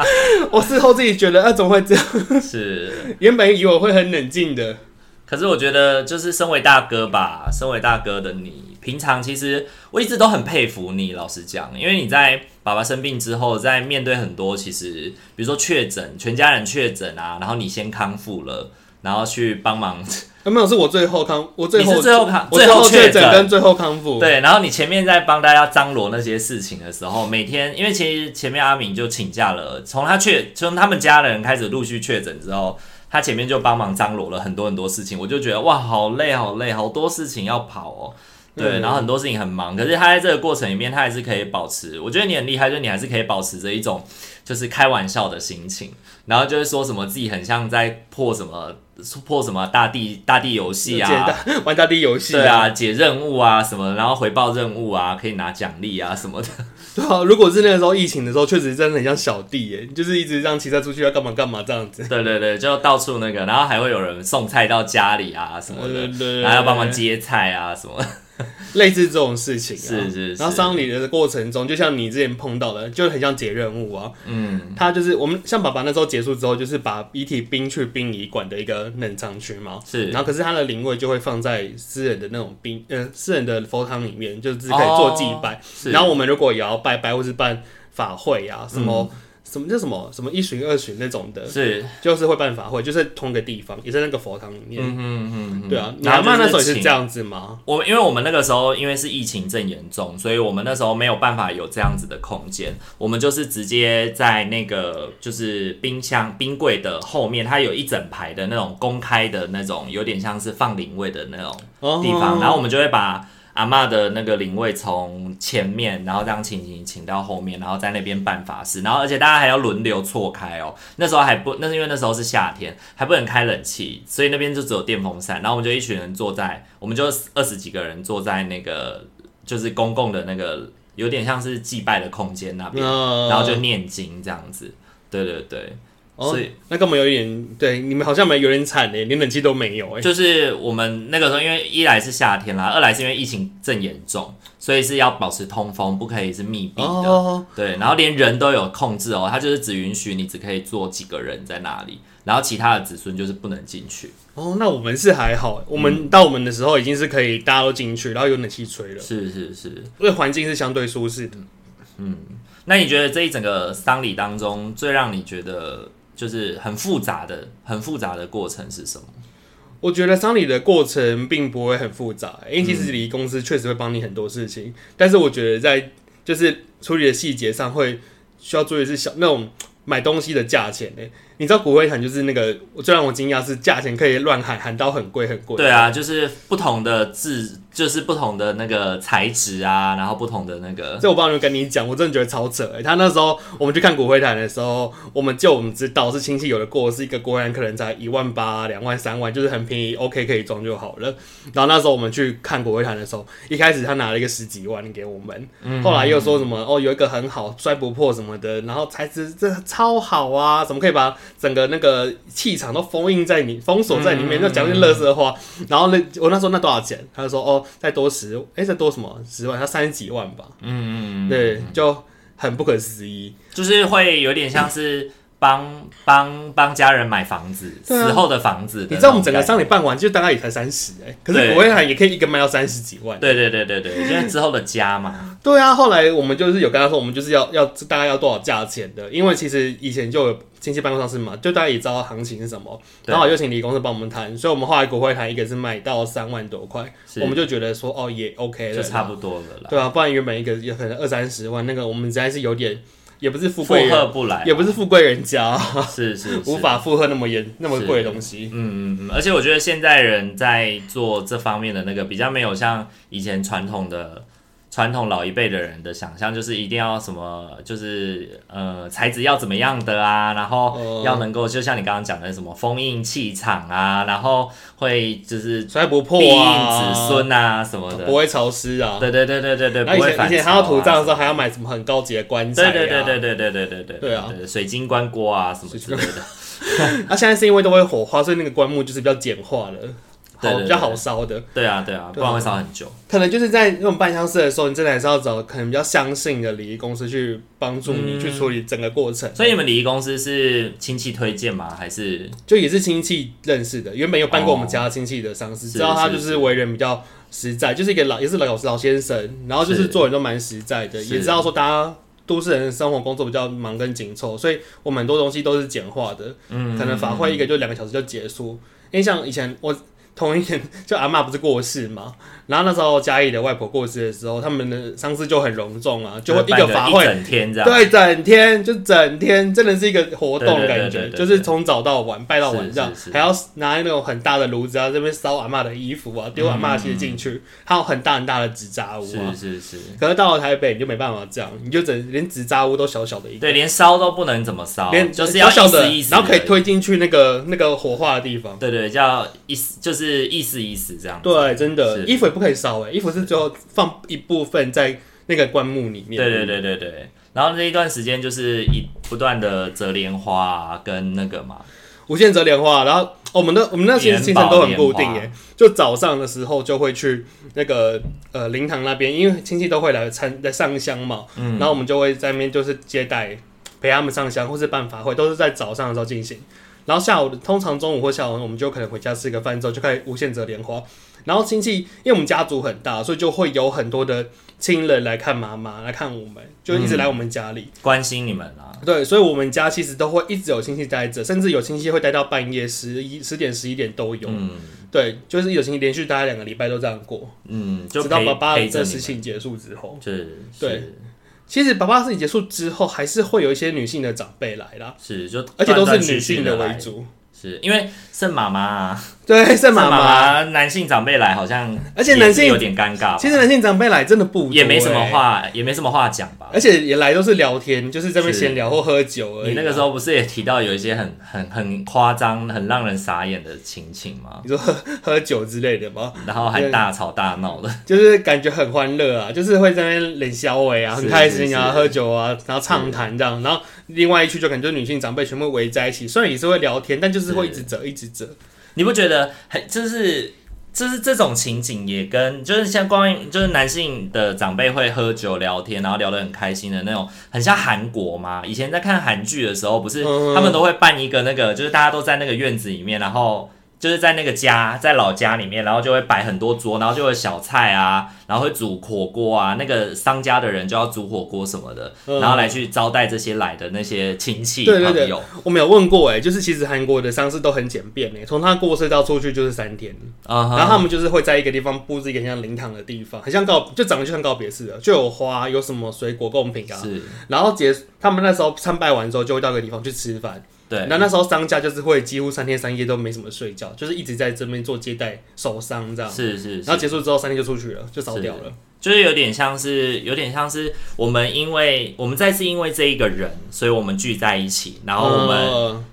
Speaker 2: 我事后自己觉得啊，怎么会这样？
Speaker 1: 是。
Speaker 2: 原本以为我会很冷静的，
Speaker 1: 可是我觉得，就是身为大哥吧，身为大哥的你，平常其实我一直都很佩服你。老实讲，因为你在爸爸生病之后，在面对很多其实，比如说确诊，全家人确诊啊，然后你先康复了，然后去帮忙，
Speaker 2: 啊、没有是我最后康，我最
Speaker 1: 你是
Speaker 2: 后
Speaker 1: 最后康，
Speaker 2: 我最后
Speaker 1: 确
Speaker 2: 确诊跟最后康复，
Speaker 1: 对，然后你前面在帮大家张罗那些事情的时候，每天因为其实前面阿敏就请假了，从他确从他们家人开始陆续确诊之后，他前面就帮忙张罗了很多很多事情，我就觉得哇，好累好累，好多事情要跑哦。对，
Speaker 2: 嗯
Speaker 1: 然后很多事情很忙，可是他在这个过程里面，他还是可以保持，我觉得你很厉害，就是你还是可以保持着一种就是开玩笑的心情，然后就是说什么自己很像在破什么破什么大地大地游戏啊，
Speaker 2: 解答玩大地游戏
Speaker 1: 对啊，解任务啊什么，然后回报任务啊，可以拿奖励啊什么的。
Speaker 2: 对啊，如果是那个时候疫情的时候，确实真的很像小弟耶，就是一直让骑车出去要干嘛干嘛这样子。
Speaker 1: 对对对，就到处那个，然后还会有人送菜到家里啊什么的，
Speaker 2: 嗯
Speaker 1: 然后要帮忙接菜啊什么的。
Speaker 2: 类似这种事情、啊。
Speaker 1: 是是是
Speaker 2: 然后丧礼的过程中，就像你之前碰到的，就很像解任务啊。
Speaker 1: 嗯，
Speaker 2: 他就是我们像爸爸那时候结束之后，就是把遗体冰去殡仪馆的一个冷藏区嘛。
Speaker 1: 是
Speaker 2: 然后可是他的灵位就会放在私人的那种冰，呃，私人的佛堂里面，就是可以做祭拜。
Speaker 1: 哦是
Speaker 2: 然后我们如果也要拜拜或是办法会啊，什么、什么叫什么什么一巡二巡那种的，
Speaker 1: 嗯是，
Speaker 2: 就是会办法会，就是同一个地方，也在那个佛堂里面。
Speaker 1: 嗯嗯嗯嗯，
Speaker 2: 对啊，你
Speaker 1: 然
Speaker 2: 阿
Speaker 1: 后
Speaker 2: 妈那时候也
Speaker 1: 就是请
Speaker 2: 这样子吗？
Speaker 1: 我因为我们那个时候因为是疫情正严重，所以我们那时候没有办法有这样子的空间，我们就是直接在那个就是冰箱冰柜的后面，它有一整排的那种公开的那种，有点像是放灵位的那种
Speaker 2: 哦
Speaker 1: 地方，然后我们就会把。阿嬷的那个灵位从前面，然后这样请请请到后面，然后在那边办法事，然后而且大家还要轮流错开哦。那时候还不，那是因为那时候是夏天，还不能开冷气，所以那边就只有电风扇。然后我们就一群人坐在，我们就二十几个人坐在那个就是公共的那个有点像是祭拜的空间那边，
Speaker 2: 嗯
Speaker 1: 然后就念经这样子。对对对，
Speaker 2: 哦
Speaker 1: 所以，
Speaker 2: 那根本有一点，对你们好像没有点惨哎，连冷气都没有哎。
Speaker 1: 就是我们那个时候，因为一来是夏天啦，二来是因为疫情正严重，所以是要保持通风，不可以是密闭的。
Speaker 2: 哦，
Speaker 1: 对，然后连人都有控制哦，它就是只允许你只可以坐几个人在那里，然后其他的子孙就是不能进去。
Speaker 2: 哦，那我们是还好，我们到我们的时候已经是可以大家都进去，然后有冷气吹了，
Speaker 1: 是是是，
Speaker 2: 因为环境是相对舒适的。
Speaker 1: 那你觉得这一整个丧礼当中，最让你觉得就是很复杂的、很复杂的过程是什么？
Speaker 2: 我觉得丧礼的过程并不会很复杂，因为其实礼仪公司确实会帮你很多事情，但是我觉得在就是处理的细节上会需要注意的是小那种买东西的价钱呢、你知道骨灰坛就是那个，最让我惊讶是价钱可以乱喊，喊到很贵很贵。
Speaker 1: 对，啊，就是不同的制，就是不同的那个材质啊，然后不同的那个，
Speaker 2: 这我不知道有没有跟你讲，我真的觉得超扯、欸。他那时候我们去看骨灰坛的时候，我们就我们知道是亲戚有的过，是一个骨灰坛可能才一万八、两万、三万，就是很便宜，OK 可以装就好了。然后那时候我们去看骨灰坛的时候，一开始他拿了一个十几万给我们，后来又说什么哦有一个很好摔不破什么的，然后材质这超好啊，怎么可以把整个那个气场都封印在你封锁在里
Speaker 1: 嗯
Speaker 2: 面？就讲一些乐色话。然后那我那时候那多少钱？他就说哦再多十，哎、再多什么十万？他三十几万吧。
Speaker 1: 嗯嗯嗯，
Speaker 2: 对，就很不可思议。
Speaker 1: 就是会有点像是帮帮帮家人买房子，
Speaker 2: 对啊
Speaker 1: 死后的房子的
Speaker 2: 你
Speaker 1: 那种概念。
Speaker 2: 知道我们整个丧礼办完就大概也才三十哎，可是
Speaker 1: 对
Speaker 2: 国威海也可以一个卖到三十几万。
Speaker 1: 对对对对 对，因为之后的家嘛，
Speaker 2: 对啊，后来我们就是有跟他说，我们就是要要大概要多少价钱的，因为其实以前就有亲戚办过上市嘛，就大家也知道行情是什么，
Speaker 1: 对
Speaker 2: 然后就请理工师帮我们谈，所以我们后来国会谈一个是卖到三万多块，
Speaker 1: 是
Speaker 2: 我们就觉得说哦也 OK 了，
Speaker 1: 就差不多了啦，
Speaker 2: 对啊，不然原本一个也可能二三十万，那个我们实在是有点，也不是富
Speaker 1: 负
Speaker 2: 贵人，
Speaker 1: 荷不来，
Speaker 2: 也不是富贵人家，
Speaker 1: 是是是
Speaker 2: 无法负荷那么严那么贵的东西。
Speaker 1: 嗯嗯嗯，而且我觉得现代人在做这方面的那个比较没有像以前传统的传统老一辈的人的想象，就是一定要什么，就是呃材质要怎么样的啊，然后
Speaker 2: 哦
Speaker 1: 要能够就像你刚刚讲的什么封印气场啊，然后会就是
Speaker 2: 摔不破
Speaker 1: 庇应
Speaker 2: 啊，
Speaker 1: 子孙啊什么的
Speaker 2: 不，会潮湿啊。
Speaker 1: 对对对对对对，
Speaker 2: 然
Speaker 1: 不
Speaker 2: 后
Speaker 1: 会
Speaker 2: 以前
Speaker 1: 反
Speaker 2: 以前
Speaker 1: 潮
Speaker 2: 他要土葬
Speaker 1: 啊
Speaker 2: 的时候，还要买什么很高级的棺
Speaker 1: 对
Speaker 2: 材、啊。
Speaker 1: 对对对对对对对对
Speaker 2: 对啊，
Speaker 1: 水晶棺锅啊什么之类的，
Speaker 2: 那、啊现在是因为都会火化，所以那个棺木就是比较简化的，好
Speaker 1: 对对对
Speaker 2: 比较好烧的。
Speaker 1: 对啊对啊，不然会烧很久。
Speaker 2: 可能就是在那种办相事的时候，你真的还是要找可能比较相信的礼仪公司去帮助你去处理整个过程。
Speaker 1: 所以你们礼仪公司是亲戚推荐吗？还是
Speaker 2: 就也是亲戚认识的，原本有办过我们家亲戚的丧事，
Speaker 1: 哦
Speaker 2: 知道他就是是为人比较实在，就是一个老也是老老先生，然后就是
Speaker 1: 是
Speaker 2: 做人都蛮实在的，
Speaker 1: 是
Speaker 2: 也知道说大家都市人的生活工作比较忙跟紧凑，所以我们很多东西都是简化的，
Speaker 1: 嗯
Speaker 2: 可能法会一个就两个小时就结束。因为像以前我同一年就阿嬷不是过世嘛，然后那时候家里的外婆过世的时候，他们的丧事就很隆重啊，就会一
Speaker 1: 呃办
Speaker 2: 个法会
Speaker 1: 一整天这样？
Speaker 2: 对，啊整天就整天，真的是一个活动的感
Speaker 1: 对对对对
Speaker 2: 觉，
Speaker 1: 对
Speaker 2: 就是从早到晚拜到晚
Speaker 1: 是
Speaker 2: 这样
Speaker 1: 是是，
Speaker 2: 还要拿那种很大的炉子啊，这边烧阿嬷的衣服啊，丢阿嬷的鞋进去，还有很大很大的纸扎屋啊
Speaker 1: 嗯是。是是，
Speaker 2: 可是到了台北，你就没办法这样，你就整连纸扎屋都小小的一个，
Speaker 1: 对，连烧都不能怎么烧，
Speaker 2: 连
Speaker 1: 就是
Speaker 2: 小
Speaker 1: 要
Speaker 2: 小
Speaker 1: 意
Speaker 2: 的
Speaker 1: 思意，思，
Speaker 2: 然后可以，推进去那个那个火化的地方。
Speaker 1: 对对，叫意思就是意思意思这样子。
Speaker 2: 对，真的
Speaker 1: 是
Speaker 2: 衣服也不可以烧哎，衣服是最后放一部分在那个棺木里面。
Speaker 1: 对对对对对。然后这一段时间就是一不断的折莲花啊，跟那个嘛，
Speaker 2: 无限折莲花，然后、哦我们的我们那行
Speaker 1: 元宝
Speaker 2: 行程都很固定
Speaker 1: 莲
Speaker 2: 耶，就早上的时候就会去那个呃灵堂那边，因为亲戚都会来参来上香嘛，
Speaker 1: 嗯
Speaker 2: 然后我们就会在那边就是接待陪他们上香，或是办法会，都是在早上的时候进行。然后下午通常中午或下午，我们就可能回家吃个饭之后，就开始无限折莲花。然后亲戚，因为我们家族很大，所以就会有很多的亲人来看妈妈，来看我们，就一直
Speaker 1: 嗯
Speaker 2: 来我们家里。
Speaker 1: 关心你们啊，
Speaker 2: 对，所以我们家其实都会一直有亲戚待着，甚至有亲戚会待到半夜十一、十点、十一点都有。
Speaker 1: 嗯
Speaker 2: 对，就是有亲戚连续待两个礼拜都这样过，
Speaker 1: 嗯，就
Speaker 2: 直到
Speaker 1: 陪
Speaker 2: 爸爸
Speaker 1: 陪着
Speaker 2: 的
Speaker 1: 你
Speaker 2: 事
Speaker 1: 们，
Speaker 2: 情结束之后。
Speaker 1: 是，
Speaker 2: 对其实爸爸事情结束之后，还是会有一些女性的长辈来啦，
Speaker 1: 是，是就
Speaker 2: 而且都
Speaker 1: 断
Speaker 2: 是
Speaker 1: 断续
Speaker 2: 女
Speaker 1: 续
Speaker 2: 性
Speaker 1: 的
Speaker 2: 的为，主。
Speaker 1: 是因为圣妈妈啊。
Speaker 2: 对，圣
Speaker 1: 妈
Speaker 2: 妈妈。
Speaker 1: 妈，男性长辈来好像，
Speaker 2: 而且男性
Speaker 1: 有点尴尬吧，
Speaker 2: 其实男性长辈来真的不多、
Speaker 1: 也没什么
Speaker 2: 欸，
Speaker 1: 话，也没什么话讲吧
Speaker 2: 而。且也来都是聊天，就是这边闲聊或喝酒而已啊。
Speaker 1: 你那个时候不是也提到有一些很很很夸张、很让人傻眼的情景吗？
Speaker 2: 你说喝喝酒之类的吗？
Speaker 1: 然后还大吵大闹的，
Speaker 2: 就是感觉很欢乐啊，就是会在那边冷笑尾啊，
Speaker 1: 是
Speaker 2: 很开心啊，
Speaker 1: 是是
Speaker 2: 喝酒啊，然后畅谈这样，然后另外一区就可能就是女性长辈全部围在一起，虽然也是会聊天，但就是会一直折一直折，
Speaker 1: 你不觉得很就是？就是这种情景也跟就是像关于就是男性的长辈会喝酒聊天，然后聊得很开心的那种，很像韩国嘛。以前在看韩剧的时候，不是
Speaker 2: 嗯
Speaker 1: 他们都会办一个那个，就是大家都在那个院子里面，然后就是在那个家，在老家里面，然后就会摆很多桌，然后就会有小菜啊，然后会煮火锅啊，那个商家的人就要煮火锅什么的，
Speaker 2: 嗯
Speaker 1: 然后来去招待这些来的那些亲戚
Speaker 2: 对对
Speaker 1: 朋
Speaker 2: 对
Speaker 1: 友。
Speaker 2: 我们有问过哎、就是其实韩国的丧事都很简便哎、从他过世到出去就是三天，
Speaker 1: 嗯
Speaker 2: 然后
Speaker 1: 哼，
Speaker 2: 他们就是会在一个地方布置一个很像灵堂的地方，很像告就长得就像告别式的，就有花，有什么水果贡品啊，
Speaker 1: 是，
Speaker 2: 然后结他们那时候参拜完之后就会到一个地方去吃饭。
Speaker 1: 对，
Speaker 2: 那那时候商家就是会几乎三天三夜都没什么睡觉，就是一直在这边做接待手商这样，
Speaker 1: 是是
Speaker 2: 然后
Speaker 1: 是，
Speaker 2: 结束之后三天就出去了，就烧掉了。
Speaker 1: 就是有点像是有点像是我们因为我们再次因为这一个人，所以我们聚在一起，然后我们
Speaker 2: 呃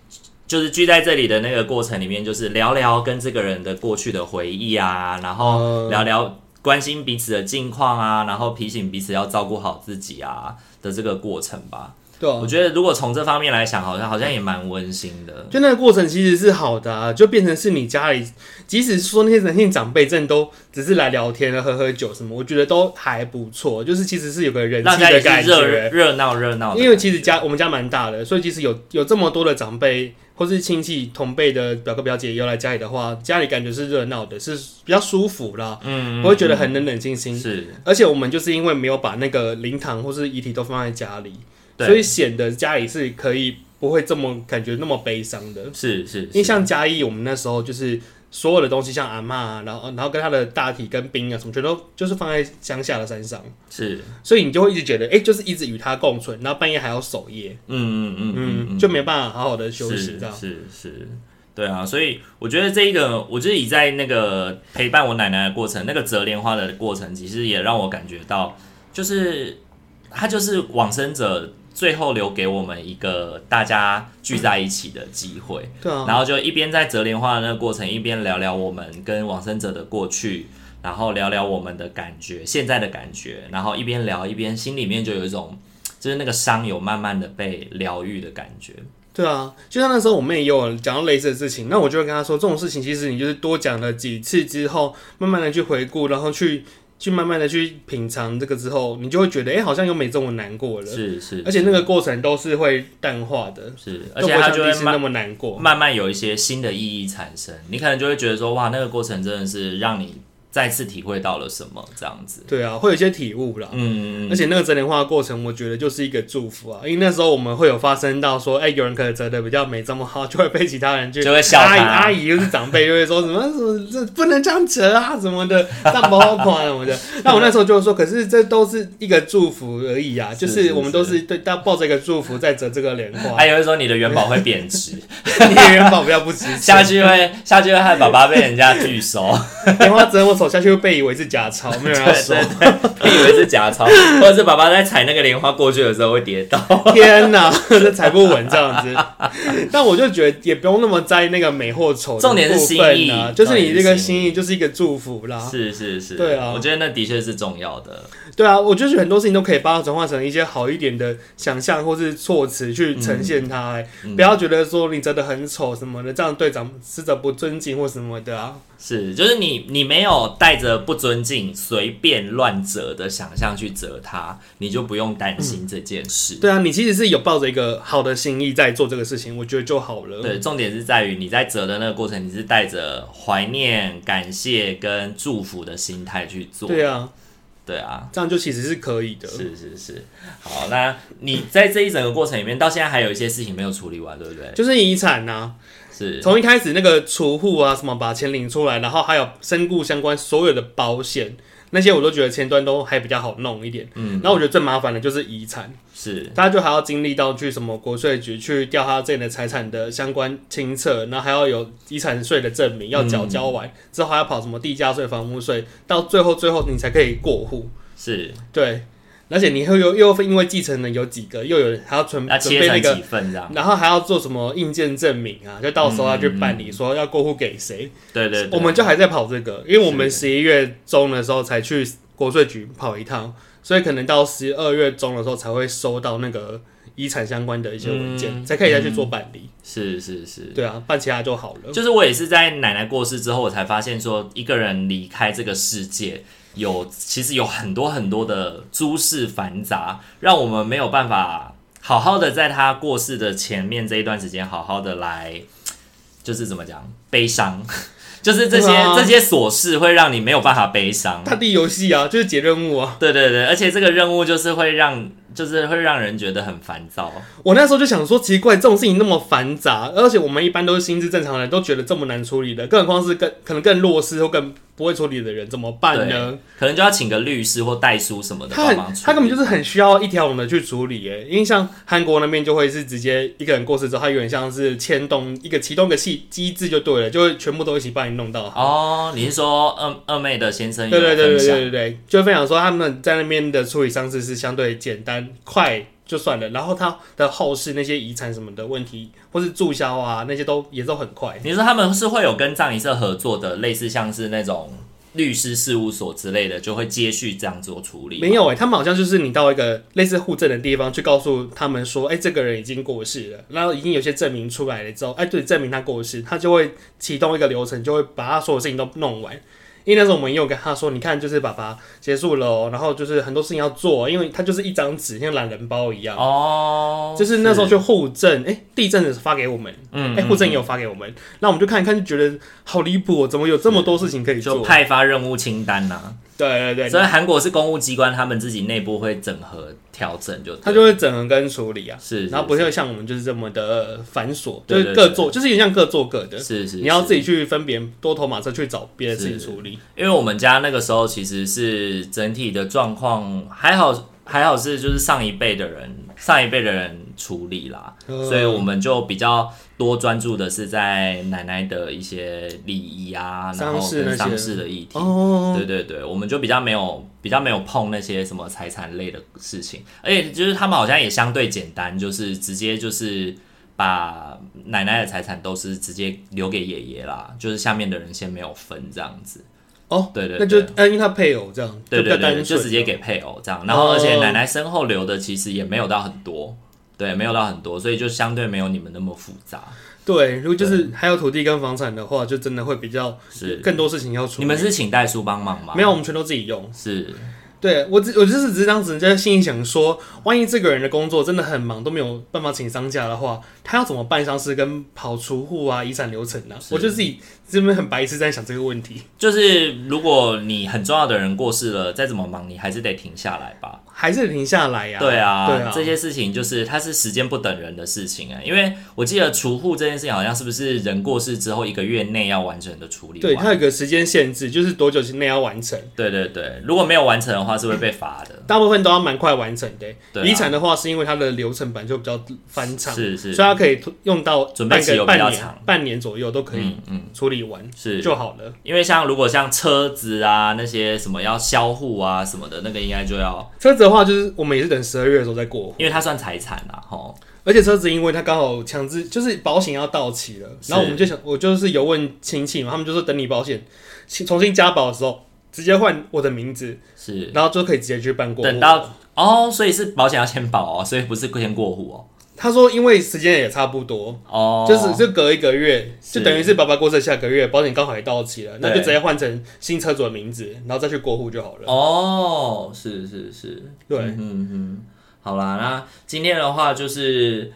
Speaker 1: 就是聚在这里的那个过程里面，就是聊聊跟这个人的过去的回忆啊，然后
Speaker 2: 嗯
Speaker 1: 聊聊关心彼此的近况啊，然后提醒彼此要照顾好自己啊的这个过程吧。
Speaker 2: 对啊
Speaker 1: 我，觉得如果从这方面来想，好像好像也蛮温馨的。
Speaker 2: 就那个过程其实是好的、啊，就变成是你家里，即使说那些男性长辈真的都只是来聊天了、啊喝喝酒什么，我觉得都还不错，就是其实是有个人
Speaker 1: 让
Speaker 2: 气
Speaker 1: 家
Speaker 2: 的
Speaker 1: 里
Speaker 2: 感
Speaker 1: 是热
Speaker 2: 觉。
Speaker 1: 热闹热闹的感觉，
Speaker 2: 因为其实家我们家蛮大的，所以其实有有这么多的长辈或是亲戚同辈的表哥表姐也有来家里的话，家里感觉是热闹的，是比较舒服啦，
Speaker 1: 嗯，嗯
Speaker 2: 不会觉得很冷冷清清。
Speaker 1: 是
Speaker 2: 而且我们就是因为没有把那个灵堂或是遗体都放在家里，
Speaker 1: 对
Speaker 2: 所以显得家里是可以不会这么感觉那么悲伤的。
Speaker 1: 是是，
Speaker 2: 因为像嘉义，我们那时候就是所有的东西，像阿嬷啊，然后然后跟他的大体跟冰啊什么，全都就是放在乡下的山上，
Speaker 1: 是
Speaker 2: 所以你就会一直觉得，哎、就是一直与他共存，然后半夜还要守夜，
Speaker 1: 嗯嗯嗯嗯
Speaker 2: 嗯，
Speaker 1: 嗯，
Speaker 2: 就没办法好好的休息
Speaker 1: 是
Speaker 2: 这样。
Speaker 1: 是是，对啊，所以我觉得这一个，我自己在那个陪伴我奶奶的过程，那个折莲花的过程，其实也让我感觉到，就是它就是往生者最后留给我们一个大家聚在一起的机会。
Speaker 2: 对啊，
Speaker 1: 然后就一边在折莲花的那个过程，一边聊聊我们跟往生者的过去，然后聊聊我们的感觉，现在的感觉，然后一边聊一边心里面就有一种，就是那个伤有慢慢的被疗愈的感觉。
Speaker 2: 对啊，就像那时候我妹也有讲到类似的事情，那我就会跟她说，这种事情其实你就是多讲了几次之后，慢慢的去回顾，然后去去慢慢的去品尝这个之后，你就会觉得，哎、好像又没这么难过了，
Speaker 1: 是是，
Speaker 2: 而且那个过程都是会淡化的，
Speaker 1: 是，而
Speaker 2: 都不
Speaker 1: 且
Speaker 2: 会
Speaker 1: 它
Speaker 2: 像
Speaker 1: 就
Speaker 2: 第一
Speaker 1: 会
Speaker 2: 次那
Speaker 1: 慢
Speaker 2: 么难过。
Speaker 1: 慢慢有一些新的意义产生，你可能就会觉得说，哇，那个过程真的是让你再次体会到了什么这样子。
Speaker 2: 对啊，会有一些体悟啦。
Speaker 1: 嗯，
Speaker 2: 而且那个折莲花的过程，我觉得就是一个祝福啊，因为那时候我们会有发生到说，哎、有人可能折的比较没这么好，就会被其他人去
Speaker 1: 就会笑
Speaker 2: 阿姨
Speaker 1: 他
Speaker 2: 阿姨又是长辈，就会说什么什么这不能这样折啊什么的，上包款什么的。那我那时候就说，可是这都是一个祝福而已啊，就是
Speaker 1: 是哎
Speaker 2: 是我们都是对大家抱着一个祝福在折这个莲花，
Speaker 1: 还有说你的元宝会贬 值，
Speaker 2: 你元宝比较不值钱
Speaker 1: 下去会下去会害爸爸被人家拒收。
Speaker 2: 莲花折我手下去会被以为是假钞， 没有人要收。
Speaker 1: 对对对，以为是假 钞，或者是爸爸在踩那个莲花过去的时候会跌倒。
Speaker 2: 天哪，这踩不稳这样子。 但我就觉得也不用那么在意那个美或丑的
Speaker 1: 重点是
Speaker 2: 部分啊
Speaker 1: 心意
Speaker 2: 就是你这
Speaker 1: 重
Speaker 2: 个心
Speaker 1: 点是心
Speaker 2: 意
Speaker 1: 意
Speaker 2: 就是一个祝福啦。
Speaker 1: 是是是，
Speaker 2: 对啊
Speaker 1: 我觉得那的确是重要的。
Speaker 2: 对啊，我就是很多事情都可以把它转化成一些好一点的想象或是措辞去呈现它、欸
Speaker 1: 嗯
Speaker 2: 不要觉得说你真的很丑什么的，这样对长死者不尊敬或什么的啊。
Speaker 1: 是，就是你你没有带着不尊敬、随便乱折的想象去折它，你就不用担心这件事。
Speaker 2: 对啊，你其实是有抱着一个好的心意在做这个事情，我觉得就好了。
Speaker 1: 对，重点是在于你在折的那个过程，你是带着怀念、感谢跟祝福的心态去做。
Speaker 2: 对啊，
Speaker 1: 对啊，
Speaker 2: 这样就其实是可以的。
Speaker 1: 是是是。好，那你在这一整个过程里面，到现在还有一些事情没有处理完，对不对？
Speaker 2: 就是遗产呐、啊，
Speaker 1: 是，
Speaker 2: 从一开始那个储户啊，什么把钱领出来，然后还有身故相关所有的保险那些，我都觉得前端都还比较好弄一点。
Speaker 1: 嗯，
Speaker 2: 然后我觉得最麻烦的就是遗产，
Speaker 1: 是
Speaker 2: 大家就还要经历到去什么国税局去调查自己的财产的相关清册，然后还要有遗产税的证明要缴交完、之后，还要跑什么地价税、房屋税，到最后最后你才可以过户。
Speaker 1: 是，
Speaker 2: 对，而且你会有又因为继承人有几个，又有还要准
Speaker 1: 那
Speaker 2: 准
Speaker 1: 切
Speaker 2: 备那
Speaker 1: 成
Speaker 2: 个
Speaker 1: 几份这样？
Speaker 2: 然后还要做什么印件证明啊？就到时候要去办理，说要过户给谁？
Speaker 1: 嗯对对对，
Speaker 2: 我们就还在跑这个，因为我们十一月中的时候才去国税局跑一趟，所以可能到十二月中的时候才会收到那个遗产相关的一些文件，
Speaker 1: 嗯
Speaker 2: 才可以再去做办理。
Speaker 1: 是是是，
Speaker 2: 对啊，办其他就好了。
Speaker 1: 就是我也是在奶奶过世之后，我才发现说，一个人离开这个世界，有其实有很多很多的诸事繁杂，让我们没有办法好好的在她过世的前面这一段时间，好好的来，就是怎么讲，悲伤。 就是这些、
Speaker 2: 对啊
Speaker 1: 这些琐事会让你没有办法悲伤，
Speaker 2: 大地游戏啊，就是解任务啊。
Speaker 1: 对对对，而且这个任务就是会让，就是会让人觉得很烦躁。
Speaker 2: 我那时候就想说，奇怪，这种事情那么繁杂，而且我们一般都是心智正常人，都觉得这么难处理的，更何况是更可能更弱势或更不会处理的人，怎么办呢？
Speaker 1: 对，可能就要请个律师或代书什么的
Speaker 2: 他
Speaker 1: 帮
Speaker 2: 很
Speaker 1: 忙处理。
Speaker 2: 他根本就是很需要一条龙的去处理耶，因为像韩国那边就会是直接一个人过世之后，他有点像是牵动一个启动一个系机制就对了，就会全部都一起帮你弄到好。
Speaker 1: 哦，你是说二二妹的先生有
Speaker 2: 对对对
Speaker 1: 分
Speaker 2: 对
Speaker 1: 享？
Speaker 2: 对对对，就分享说他们在那边的处理方式是相对简单快就算了，然后他的后事那些遗产什么的问题，或是注销啊那些都也都很快。
Speaker 1: 你说他们是会有跟葬仪社合作的，类似像是那种律师事务所之类的就会接续这样做处理吗。
Speaker 2: 没有哎、他们好像就是你到一个类似户政的地方去告诉他们说，哎、这个人已经过世了，然后已经有些证明出来了之后，哎、对，证明他过世，他就会启动一个流程，就会把他所有事情都弄完。因为那时候我们也有跟他说，你看，就是爸爸结束了、哦，然后就是很多事情要做，因为他就是一张纸，像懒人包一样。
Speaker 1: 哦，
Speaker 2: 就是那时候去户政，哎、地震的发给我们，
Speaker 1: 嗯
Speaker 2: 哎、户政也有发给我们，那我们就看一看，就觉得好离谱、哦，怎么有这么多事情可以
Speaker 1: 就
Speaker 2: 做？
Speaker 1: 派发任务清单呐、
Speaker 2: 对对
Speaker 1: 虽
Speaker 2: 对，
Speaker 1: 然韩国是公务机关，他们自己内部会整合调整就对了，
Speaker 2: 他就会整合跟处理啊。
Speaker 1: 是，
Speaker 2: 然后不会像我们就是这么的繁琐，
Speaker 1: 对
Speaker 2: 就是各做，就是有点像各做各的。
Speaker 1: 是是，
Speaker 2: 你要
Speaker 1: 是
Speaker 2: 自己去分别多头马车去找别的事情
Speaker 1: 是
Speaker 2: 处理。
Speaker 1: 因为我们家那个时候其实是整体的状况还好，还好是就是上一辈的人，上一辈的人处理啦，
Speaker 2: 嗯
Speaker 1: 所以我们就比较多专注的是在奶奶的一些礼仪啊，然
Speaker 2: 丧
Speaker 1: 后
Speaker 2: 事那
Speaker 1: 跟
Speaker 2: 些
Speaker 1: 丧事的议题。
Speaker 2: 哦，
Speaker 1: 对对对，我们就比较没有比较没有碰那些什么财产类的事情，而且就是他们好像也相对简单，就是直接就是把奶奶的财产都是直接留给爷爷啦，就是下面的人先没有分这样子。
Speaker 2: 哦，
Speaker 1: 对对
Speaker 2: 那就呃，因为他配偶这样，
Speaker 1: 对
Speaker 2: 就比较
Speaker 1: 对对，
Speaker 2: 单
Speaker 1: 就
Speaker 2: 纯，
Speaker 1: 直接给配偶这样。然后而且
Speaker 2: 哦
Speaker 1: 奶奶身后留的其实也没有到很多，对，没有到很多，所以就相对没有你们那么复杂。
Speaker 2: 对，如果就是还有土地跟房产的话，就真的会比较
Speaker 1: 是，
Speaker 2: 更多事情要处理。
Speaker 1: 你们是请代书帮忙吗？
Speaker 2: 没有，我们全都自己用。
Speaker 1: 是，
Speaker 2: 对我只我就是只是当时在心里想说，万一这个人的工作真的很忙，都没有办法请丧假的话，他要怎么办丧事跟跑除户啊、遗产流程啊？
Speaker 1: 是
Speaker 2: 我就自己这边很白痴在想这个问题。
Speaker 1: 就是如果你很重要的人过世了，再怎么忙，你还是得停下来吧。
Speaker 2: 还是停下来呀、
Speaker 1: 对啊，
Speaker 2: 对啊
Speaker 1: 这些事情就是它是时间不等人的事情啊、因为我记得除户这件事情好像是不是人过世之后一个月内要完整的处理
Speaker 2: 对，
Speaker 1: 完？
Speaker 2: 它有个时间限制，就是多久之内要完成。
Speaker 1: 对对对，如果没有完成的话是会被罚的。
Speaker 2: 大部分都要蛮快完成的。
Speaker 1: 对啊
Speaker 2: 遗产的话，是因为它的流程本来就比较繁长，
Speaker 1: 是
Speaker 2: 所以
Speaker 1: 是，
Speaker 2: 它可以用到
Speaker 1: 准备
Speaker 2: 半
Speaker 1: 期有
Speaker 2: 个
Speaker 1: 比较
Speaker 2: 半年
Speaker 1: 长，
Speaker 2: 半年左右都可以
Speaker 1: 嗯嗯
Speaker 2: 处理完
Speaker 1: 是。
Speaker 2: 就好了。
Speaker 1: 因为像如果像车子啊那些什么要销户啊什么的，那个应该就要，
Speaker 2: 车子的话，就是我们也是等十二月的时候再过，
Speaker 1: 因为它算财产啦，吼，
Speaker 2: 而且车子因为它刚好强制就是保险要到期了，
Speaker 1: 是
Speaker 2: 然后我们就想，我就是有问亲戚嘛，他们就说等你保险重新加保的时候，直接换我的名字，
Speaker 1: 是
Speaker 2: 然后就可以直接去办过户。
Speaker 1: 等到哦，所以是保险要先保哦，所以不是先过户哦，
Speaker 2: 他说，因为时间也差不多，
Speaker 1: 哦，
Speaker 2: 就是就隔一个月，
Speaker 1: 是
Speaker 2: 就等于是爸爸过世的下个月，保险刚好也到期了，那就
Speaker 1: 对
Speaker 2: 直接换成新车主的名字，然后再去过户就好了。
Speaker 1: 哦，是是是，
Speaker 2: 对
Speaker 1: 嗯嗯嗯，好啦，那今天的话就是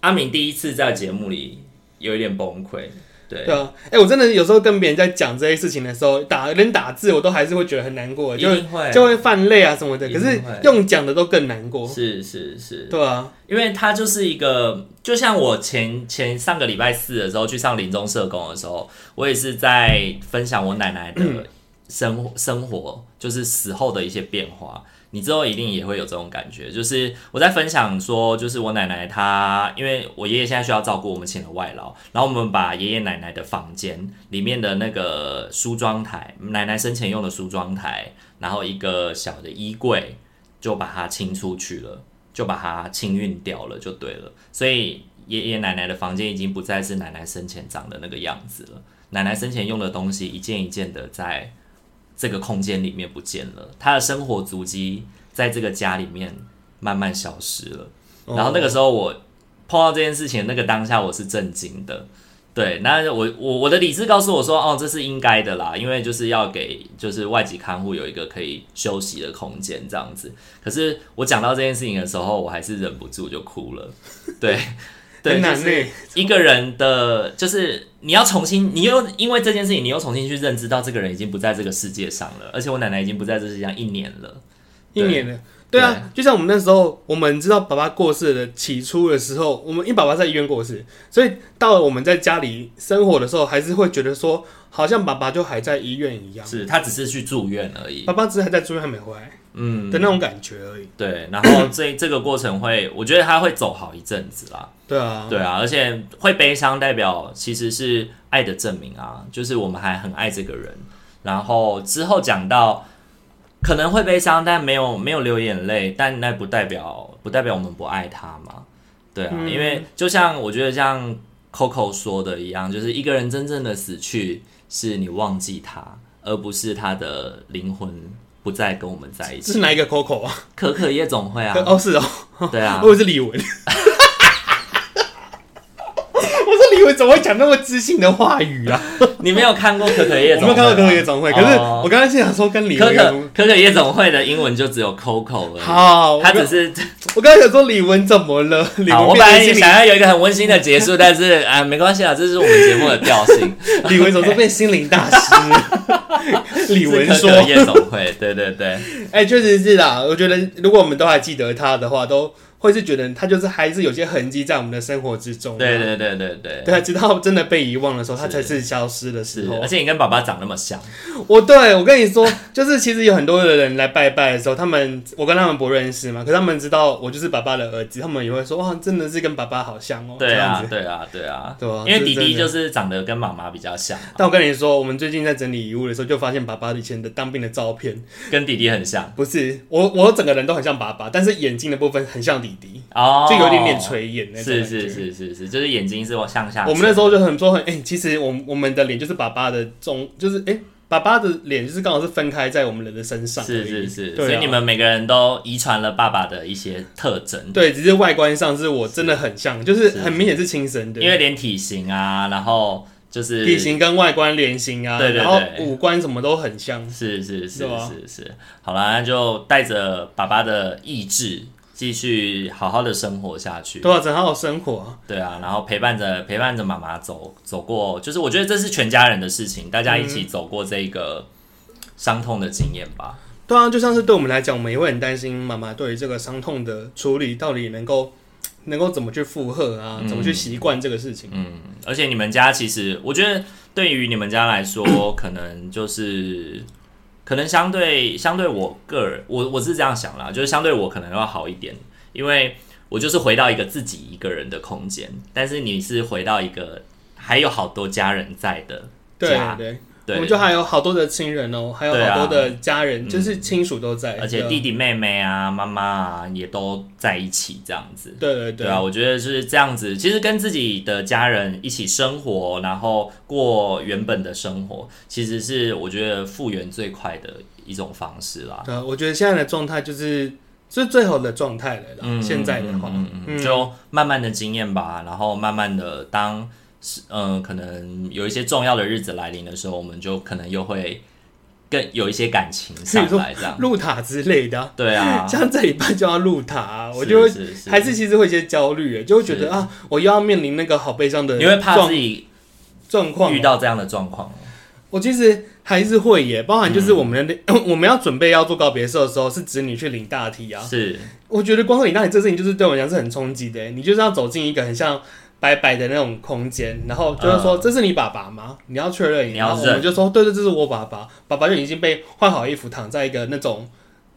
Speaker 1: 阿明第一次在节目里有一点崩溃，对，
Speaker 2: 对啊，哎、我真的有时候跟别人在讲这些事情的时候，打连打字我都还是会觉得很难过，
Speaker 1: 一
Speaker 2: 就
Speaker 1: 定会，
Speaker 2: 就会泛泪啊什么的。
Speaker 1: 一
Speaker 2: 可
Speaker 1: 定
Speaker 2: 是
Speaker 1: 会
Speaker 2: 用讲的都更难过，
Speaker 1: 是是是，
Speaker 2: 对啊，
Speaker 1: 因为它就是一个，就像我前前上个礼拜四的时候去上林中社工的时候，我也是在分享我奶奶的生活生活，就是死后的一些变化。你之后一定也会有这种感觉，就是我在分享说，就是我奶奶她，因为我爷爷现在需要照顾，我们请了外劳，然后我们把爷爷奶奶的房间里面的那个梳妆台，奶奶生前用的梳妆台，然后一个小的衣柜，就把它清出去了。就把它清运掉了，就对了。所以爷爷奶奶的房间已经不再是奶奶生前长的那个样子了。奶奶生前用的东西一件一件的在这个空间里面不见了，她的生活足迹在这个家里面慢慢消失了。然
Speaker 2: 哦
Speaker 1: 后那个时候我碰到这件事情，那个当下我是震惊的。对，那我我我的理智告诉我说，哦，这是应该的啦，因为就是要给就是外籍看护有一个可以休息的空间这样子。可是我讲到这件事情的时候，我还是忍不住就哭了。 对，对，
Speaker 2: 很
Speaker 1: 就
Speaker 2: 难欸
Speaker 1: 是
Speaker 2: 嘞。
Speaker 1: 一个人的，就是你要重新，你又因为这件事情，你又重新去认知到这个人已经不在这个世界上了，而且我奶奶已经不在这世界上一年了。
Speaker 2: 一
Speaker 1: 对
Speaker 2: 年了。对啊，就像我们那时候，我们知道爸爸过世的起初的时候，我们因为爸爸在医院过世，所以到了我们在家里生活的时候，还是会觉得说，好像爸爸就还在医院一样，
Speaker 1: 是她只是去住院而已。
Speaker 2: 爸爸只是还在住院还没回来
Speaker 1: 嗯，
Speaker 2: 的那种感觉而已。
Speaker 1: 对，然后这这个过程会，我觉得他会走好一阵子啦。
Speaker 2: 对啊，
Speaker 1: 对啊，而且会悲伤，代表其实是爱的证明啊，就是我们还很爱这个人。然后之后讲到可能会悲伤，但没有没有流眼泪，但那不代表不代表我们不爱他嘛。对啊，
Speaker 2: 嗯
Speaker 1: 因为就像我觉得像 Coco 说的一样，就是一个人真正的死去，是你忘记他，而不是他的灵魂不再跟我们在一
Speaker 2: 是
Speaker 1: 起。
Speaker 2: 哪一个 Coco 啊？
Speaker 1: 可可夜总 会啊，
Speaker 2: 哦，是哦，
Speaker 1: 对啊
Speaker 2: 我，以为是李玟。我说李玟怎么会讲那么知性的话语啊？
Speaker 1: 你没有看过可可夜
Speaker 2: 我
Speaker 1: 总会吗？
Speaker 2: 没有看到可可夜总会，可是
Speaker 1: 哦
Speaker 2: 我刚刚是想说跟李
Speaker 1: 可
Speaker 2: 玟有什
Speaker 1: 可
Speaker 2: 么。
Speaker 1: 可可夜总会的英文就只有 Coco 而
Speaker 2: 好，
Speaker 1: 已，嗯
Speaker 2: 我
Speaker 1: 他只
Speaker 2: 刚
Speaker 1: 是
Speaker 2: 我刚刚想说李玟怎么了？李
Speaker 1: 好，
Speaker 2: 玟
Speaker 1: 我
Speaker 2: 变
Speaker 1: 本来
Speaker 2: 成
Speaker 1: 也
Speaker 2: 心
Speaker 1: 想要有一个很温馨的结束，但是啊，没关系啊，这是我们节目的调性。
Speaker 2: 灵， 李玟怎么变心灵大师？李玟
Speaker 1: 是
Speaker 2: 说
Speaker 1: 可可夜总会，对对对，：“
Speaker 2: 哎，确实是啦，我觉得如果我们都还记得他的话，都会是觉得他就是还是有些痕迹在我们的生活之中。”
Speaker 1: 对对对对对，
Speaker 2: 对，直到真的被遗忘的时候，他
Speaker 1: 是
Speaker 2: 才是消失的时
Speaker 1: 是，
Speaker 2: 候
Speaker 1: 而。且你跟爸爸长那么像，
Speaker 2: 我对我跟你说，就是其实有很多的人来拜拜的时候，他们我跟他们不认识嘛，可是他们知道我就是爸爸的儿子，他们也会说哇，真的是跟爸爸好像哦。
Speaker 1: 对
Speaker 2: 这样
Speaker 1: 啊
Speaker 2: 子，
Speaker 1: 对啊对啊，
Speaker 2: 对啊
Speaker 1: 因为弟弟
Speaker 2: 这
Speaker 1: 就
Speaker 2: 真
Speaker 1: 是长得跟妈妈比较像，
Speaker 2: 但我跟你说，我们最近在整理遗物的时候，就发现爸爸以前的当兵的照片，
Speaker 1: 跟弟弟很像
Speaker 2: 不是我，我整个人都很像爸爸，但是眼睛的部分很像弟弟，
Speaker 1: 哦，
Speaker 2: 就有点点，垂眼那种。
Speaker 1: 是是。是是是，就是眼睛是往向下垂，
Speaker 2: 我们那时候就很说很，哎、其实我们我们的脸就是爸爸的中，就是哎、爸爸的脸就是刚好是分开在我们人的身上而
Speaker 1: 是
Speaker 2: 已。
Speaker 1: 是是，
Speaker 2: 对啊
Speaker 1: 所以你们每个人都遗传了爸爸的一些特征，
Speaker 2: 对，只是外观上是我真的很像，就是
Speaker 1: 是
Speaker 2: 很明显是亲生的，
Speaker 1: 因为连体型啊，然后就是
Speaker 2: 体型跟外观脸型啊，
Speaker 1: 对对对
Speaker 2: 然后五官什么都很像。
Speaker 1: 是是是
Speaker 2: 对啊
Speaker 1: 是是，好啦，那就带着爸爸的意志，继续好好的生活下去。
Speaker 2: 对啊，整好好生活啊、
Speaker 1: 对啊，然后陪伴着陪伴着妈妈走走过，就是我觉得这是全家人的事情，大家一起
Speaker 2: 嗯
Speaker 1: 走过这个伤痛的经验吧。
Speaker 2: 对啊，就像是对我们来讲，我们也会很担心妈妈对于这个伤痛的处理到底能够能够怎么去负荷啊，
Speaker 1: 嗯
Speaker 2: 怎么去习惯这个事情。
Speaker 1: 嗯，而且你们家其实，我觉得对于你们家来说， 可能就是可能相对相对我个人，我我是这样想啦，就是相对我可能要好一点，因为我就是回到一个自己一个人的空间，但是你是回到一个还有好多家人在的
Speaker 2: 对
Speaker 1: 家，
Speaker 2: 对，我
Speaker 1: 对
Speaker 2: 们就还有好多的亲人哦，还有
Speaker 1: 对啊
Speaker 2: 好多的家人，就是亲属都在，
Speaker 1: 而且
Speaker 2: 对啊
Speaker 1: 弟弟妹妹啊、妈妈啊也都在一起这样子。
Speaker 2: 对对
Speaker 1: 对啊，，我觉得就是这样子。其实跟自己的家人一起生活，然后过原本的生活，其实是我觉得复原最快的一种方式啦。
Speaker 2: 对啊，我觉得现在的状态就是是最好的状态了啦。
Speaker 1: 嗯，
Speaker 2: 现在的话，
Speaker 1: 嗯嗯嗯就慢慢的经验吧，然后慢慢的当是嗯、可能有一些重要的日子来临的时候，我们就可能又会更有一些感情上来这 样。
Speaker 2: 入塔之类的啊、
Speaker 1: 对啊，
Speaker 2: 像这礼拜就要入塔啊、我就会
Speaker 1: 是是是
Speaker 2: 还是其实会有些焦虑耶，就会觉
Speaker 1: 是
Speaker 2: 得啊，我又要面临那个好悲伤的
Speaker 1: 你会怕
Speaker 2: 状
Speaker 1: 自己
Speaker 2: 状况
Speaker 1: 遇
Speaker 2: 啊。
Speaker 1: 到这样的状况吗。
Speaker 2: 我其实还是会耶，包含就是我们的、 我们要准备要做告别式的时候，是子女去领大体啊。
Speaker 1: 是，
Speaker 2: 我觉得光是领大体这事情，就是对我来讲是很冲击的耶。你就是要走进一个很像白白的那种空间，然后就是说、这是你爸爸吗？你要确认一
Speaker 1: 嗯你
Speaker 2: 下，
Speaker 1: 要
Speaker 2: 然后我
Speaker 1: 认
Speaker 2: 们就说对对，这是我爸爸。爸爸就已经被换好衣服，躺在一个那种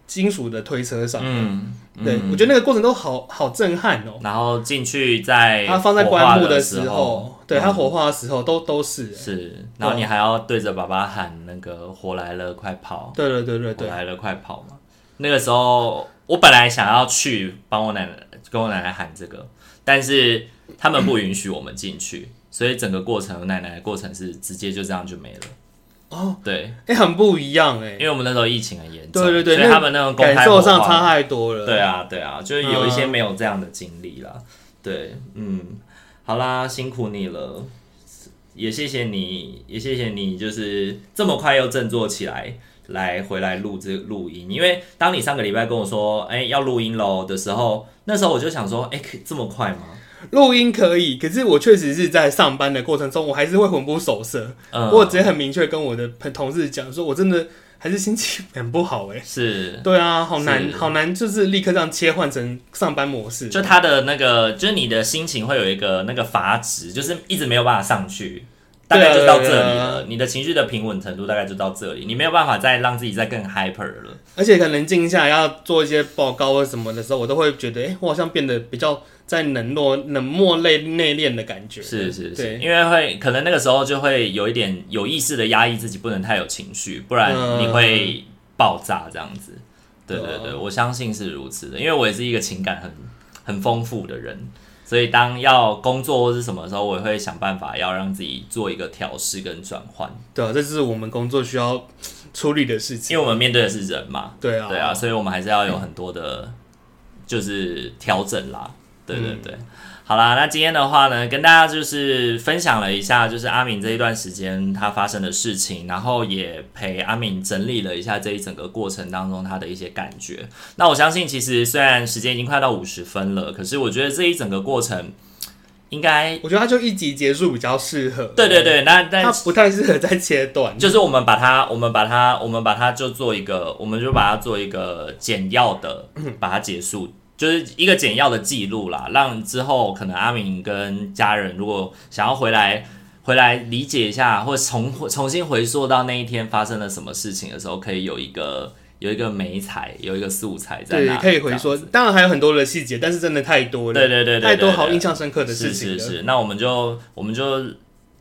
Speaker 2: 金属的推车上。
Speaker 1: 嗯，
Speaker 2: 对，
Speaker 1: 嗯
Speaker 2: 我觉得那个过程都好好震撼哦、
Speaker 1: 然后进去在
Speaker 2: 他放在
Speaker 1: 火化
Speaker 2: 棺木
Speaker 1: 的
Speaker 2: 时
Speaker 1: 候，
Speaker 2: 对
Speaker 1: 嗯
Speaker 2: 他火化的时候都都是，
Speaker 1: 是，然后你还要对着爸爸喊那个“火来了，快跑
Speaker 2: 对对对对！”
Speaker 1: 火
Speaker 2: 对，
Speaker 1: 来了，快跑嘛。那个时候，我本来想要去帮我奶奶跟我奶奶喊这个，但是他们不允许我们进去，所以整个过程，我奶奶的过程是直接就这样就没了。
Speaker 2: 哦，
Speaker 1: 对，
Speaker 2: 哎、很不一样哎、
Speaker 1: 因为我们那时候疫情很严重，
Speaker 2: 对对对
Speaker 1: 所以他们那种公开
Speaker 2: 感受上
Speaker 1: 火化
Speaker 2: 差太多了。
Speaker 1: 对啊，对啊，就是有一些没有这样的经历啦。对，嗯，好啦，辛苦你了，也谢谢你，也谢谢你，就是这么快又振作起来，来回来录这录音。因为当你上个礼拜跟我说，哎、要录音喽的时候，那时候我就想说，哎、可这么快吗？
Speaker 2: 录音可以，可是我确实是在上班的过程中，我还是会魂不守舍。
Speaker 1: 嗯，
Speaker 2: 我有直接很明确跟我的朋同事讲，说我真的还是心情很不好哎、
Speaker 1: 是。
Speaker 2: 对啊，好难
Speaker 1: 是
Speaker 2: 好难，就是立刻这样切换成上班模式。
Speaker 1: 就他的那个，就是你的心情会有一个那个阀值，就是一直没有办法上去，大概就到这
Speaker 2: 对
Speaker 1: 里
Speaker 2: 啊
Speaker 1: 了。你的情绪的平稳程度大概就到这里，你没有办法再让自己再
Speaker 2: 嗯
Speaker 1: 更 hyper 了。
Speaker 2: 而且可能静下来要做一些报告或什么的时候，我都会觉得，哎、我好像变得比较在冷落、冷漠、内内敛的感觉。
Speaker 1: 是是是，
Speaker 2: 对
Speaker 1: 因为会可能那个时候就会有一点有意识的压抑自己，不能太有情绪，不然
Speaker 2: 嗯
Speaker 1: 你会爆炸这样子。对
Speaker 2: 对
Speaker 1: 对
Speaker 2: 啊
Speaker 1: 对，我相信是如此的，因为我也是一个情感很很丰富的人，所以当要工作或是什么的时候，我也会想办法要让自己做一个调试跟转换，
Speaker 2: 对啊，这是我们工作需要处理的事
Speaker 1: 因
Speaker 2: 情。
Speaker 1: 为我们面对的是人嘛，
Speaker 2: 对啊，
Speaker 1: 对啊，，所以我们还是要有很多的，就是调整啦。对
Speaker 2: 嗯
Speaker 1: 对对，好啦，那今天的话呢，跟大家就是分享了一下，就是阿敏这一段时间他发生的事情，然后也陪阿敏整理了一下这一整个过程当中他的一些感觉。那我相信，其实虽然时间已经快到五十分了，可是我觉得这一整个过程应该。
Speaker 2: 我觉得它就一集结束比较适合。
Speaker 1: 对对，对，那但
Speaker 2: 它不太适合再切断。
Speaker 1: 就是我们把它，我们把它，我们把它就做一个，我们就把它做一个简要的，把它结束，就是一个简要的记录啦，让之后可能阿明跟家人如果想要回来。回来理解一下，或重重新回溯到那一天发生了什么事情的时候，可以有一个有一个美彩，有一个素材 在那
Speaker 2: 对，
Speaker 1: 里。
Speaker 2: 可以回
Speaker 1: 这
Speaker 2: 说，
Speaker 1: 样子。
Speaker 2: 当然还有很多的细节，但是真的太多了，
Speaker 1: 对对对对对
Speaker 2: 太多好
Speaker 1: 对
Speaker 2: 印象深 刻的
Speaker 1: 是
Speaker 2: 事情
Speaker 1: 是
Speaker 2: 了。
Speaker 1: 是，那我们就我们就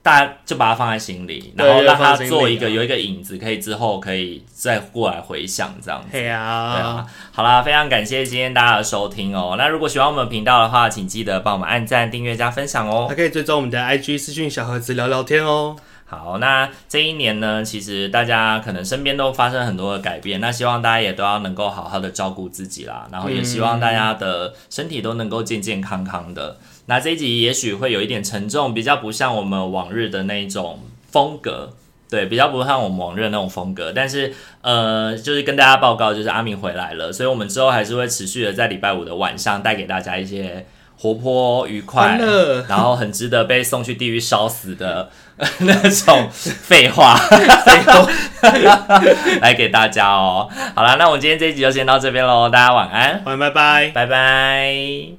Speaker 1: 大家就把它放在心里，
Speaker 2: 对
Speaker 1: 然后让它
Speaker 2: 放心里
Speaker 1: 做一个
Speaker 2: 啊
Speaker 1: 有一个影子，可以之后可以再过来回想这样子。
Speaker 2: 嘿
Speaker 1: 对啊
Speaker 2: 呀，，
Speaker 1: 好啦，非常感谢今天大家的收听哦。那如果喜欢我们频道的话，请记得帮我们按赞、订阅、加分享哦
Speaker 2: 还。可以追踪我们的 IG 私讯小盒子聊聊天哦。
Speaker 1: 好，那这一年呢，其实大家可能身边都发生很多的改变，那希望大家也都要能够好好的照顾自己啦，然后也希望大家
Speaker 2: 嗯
Speaker 1: 的身体都能够健健康康的。那这一集也许会有一点沉重，比较不像我们往日的那种风格。对，比较不像我们往日的那种风格，但是呃，就是跟大家报告，就是阿明回来了，所以我们之后还是会持续的在礼拜五的晚上带给大家一些活泼、愉快、
Speaker 2: 欢乐
Speaker 1: 然后很值得被送去地狱烧死的那种废话，来给大家哦。好啦，那我们今天这一集就先到这边喽，大家晚安，
Speaker 2: 晚安，拜拜。
Speaker 1: 拜拜。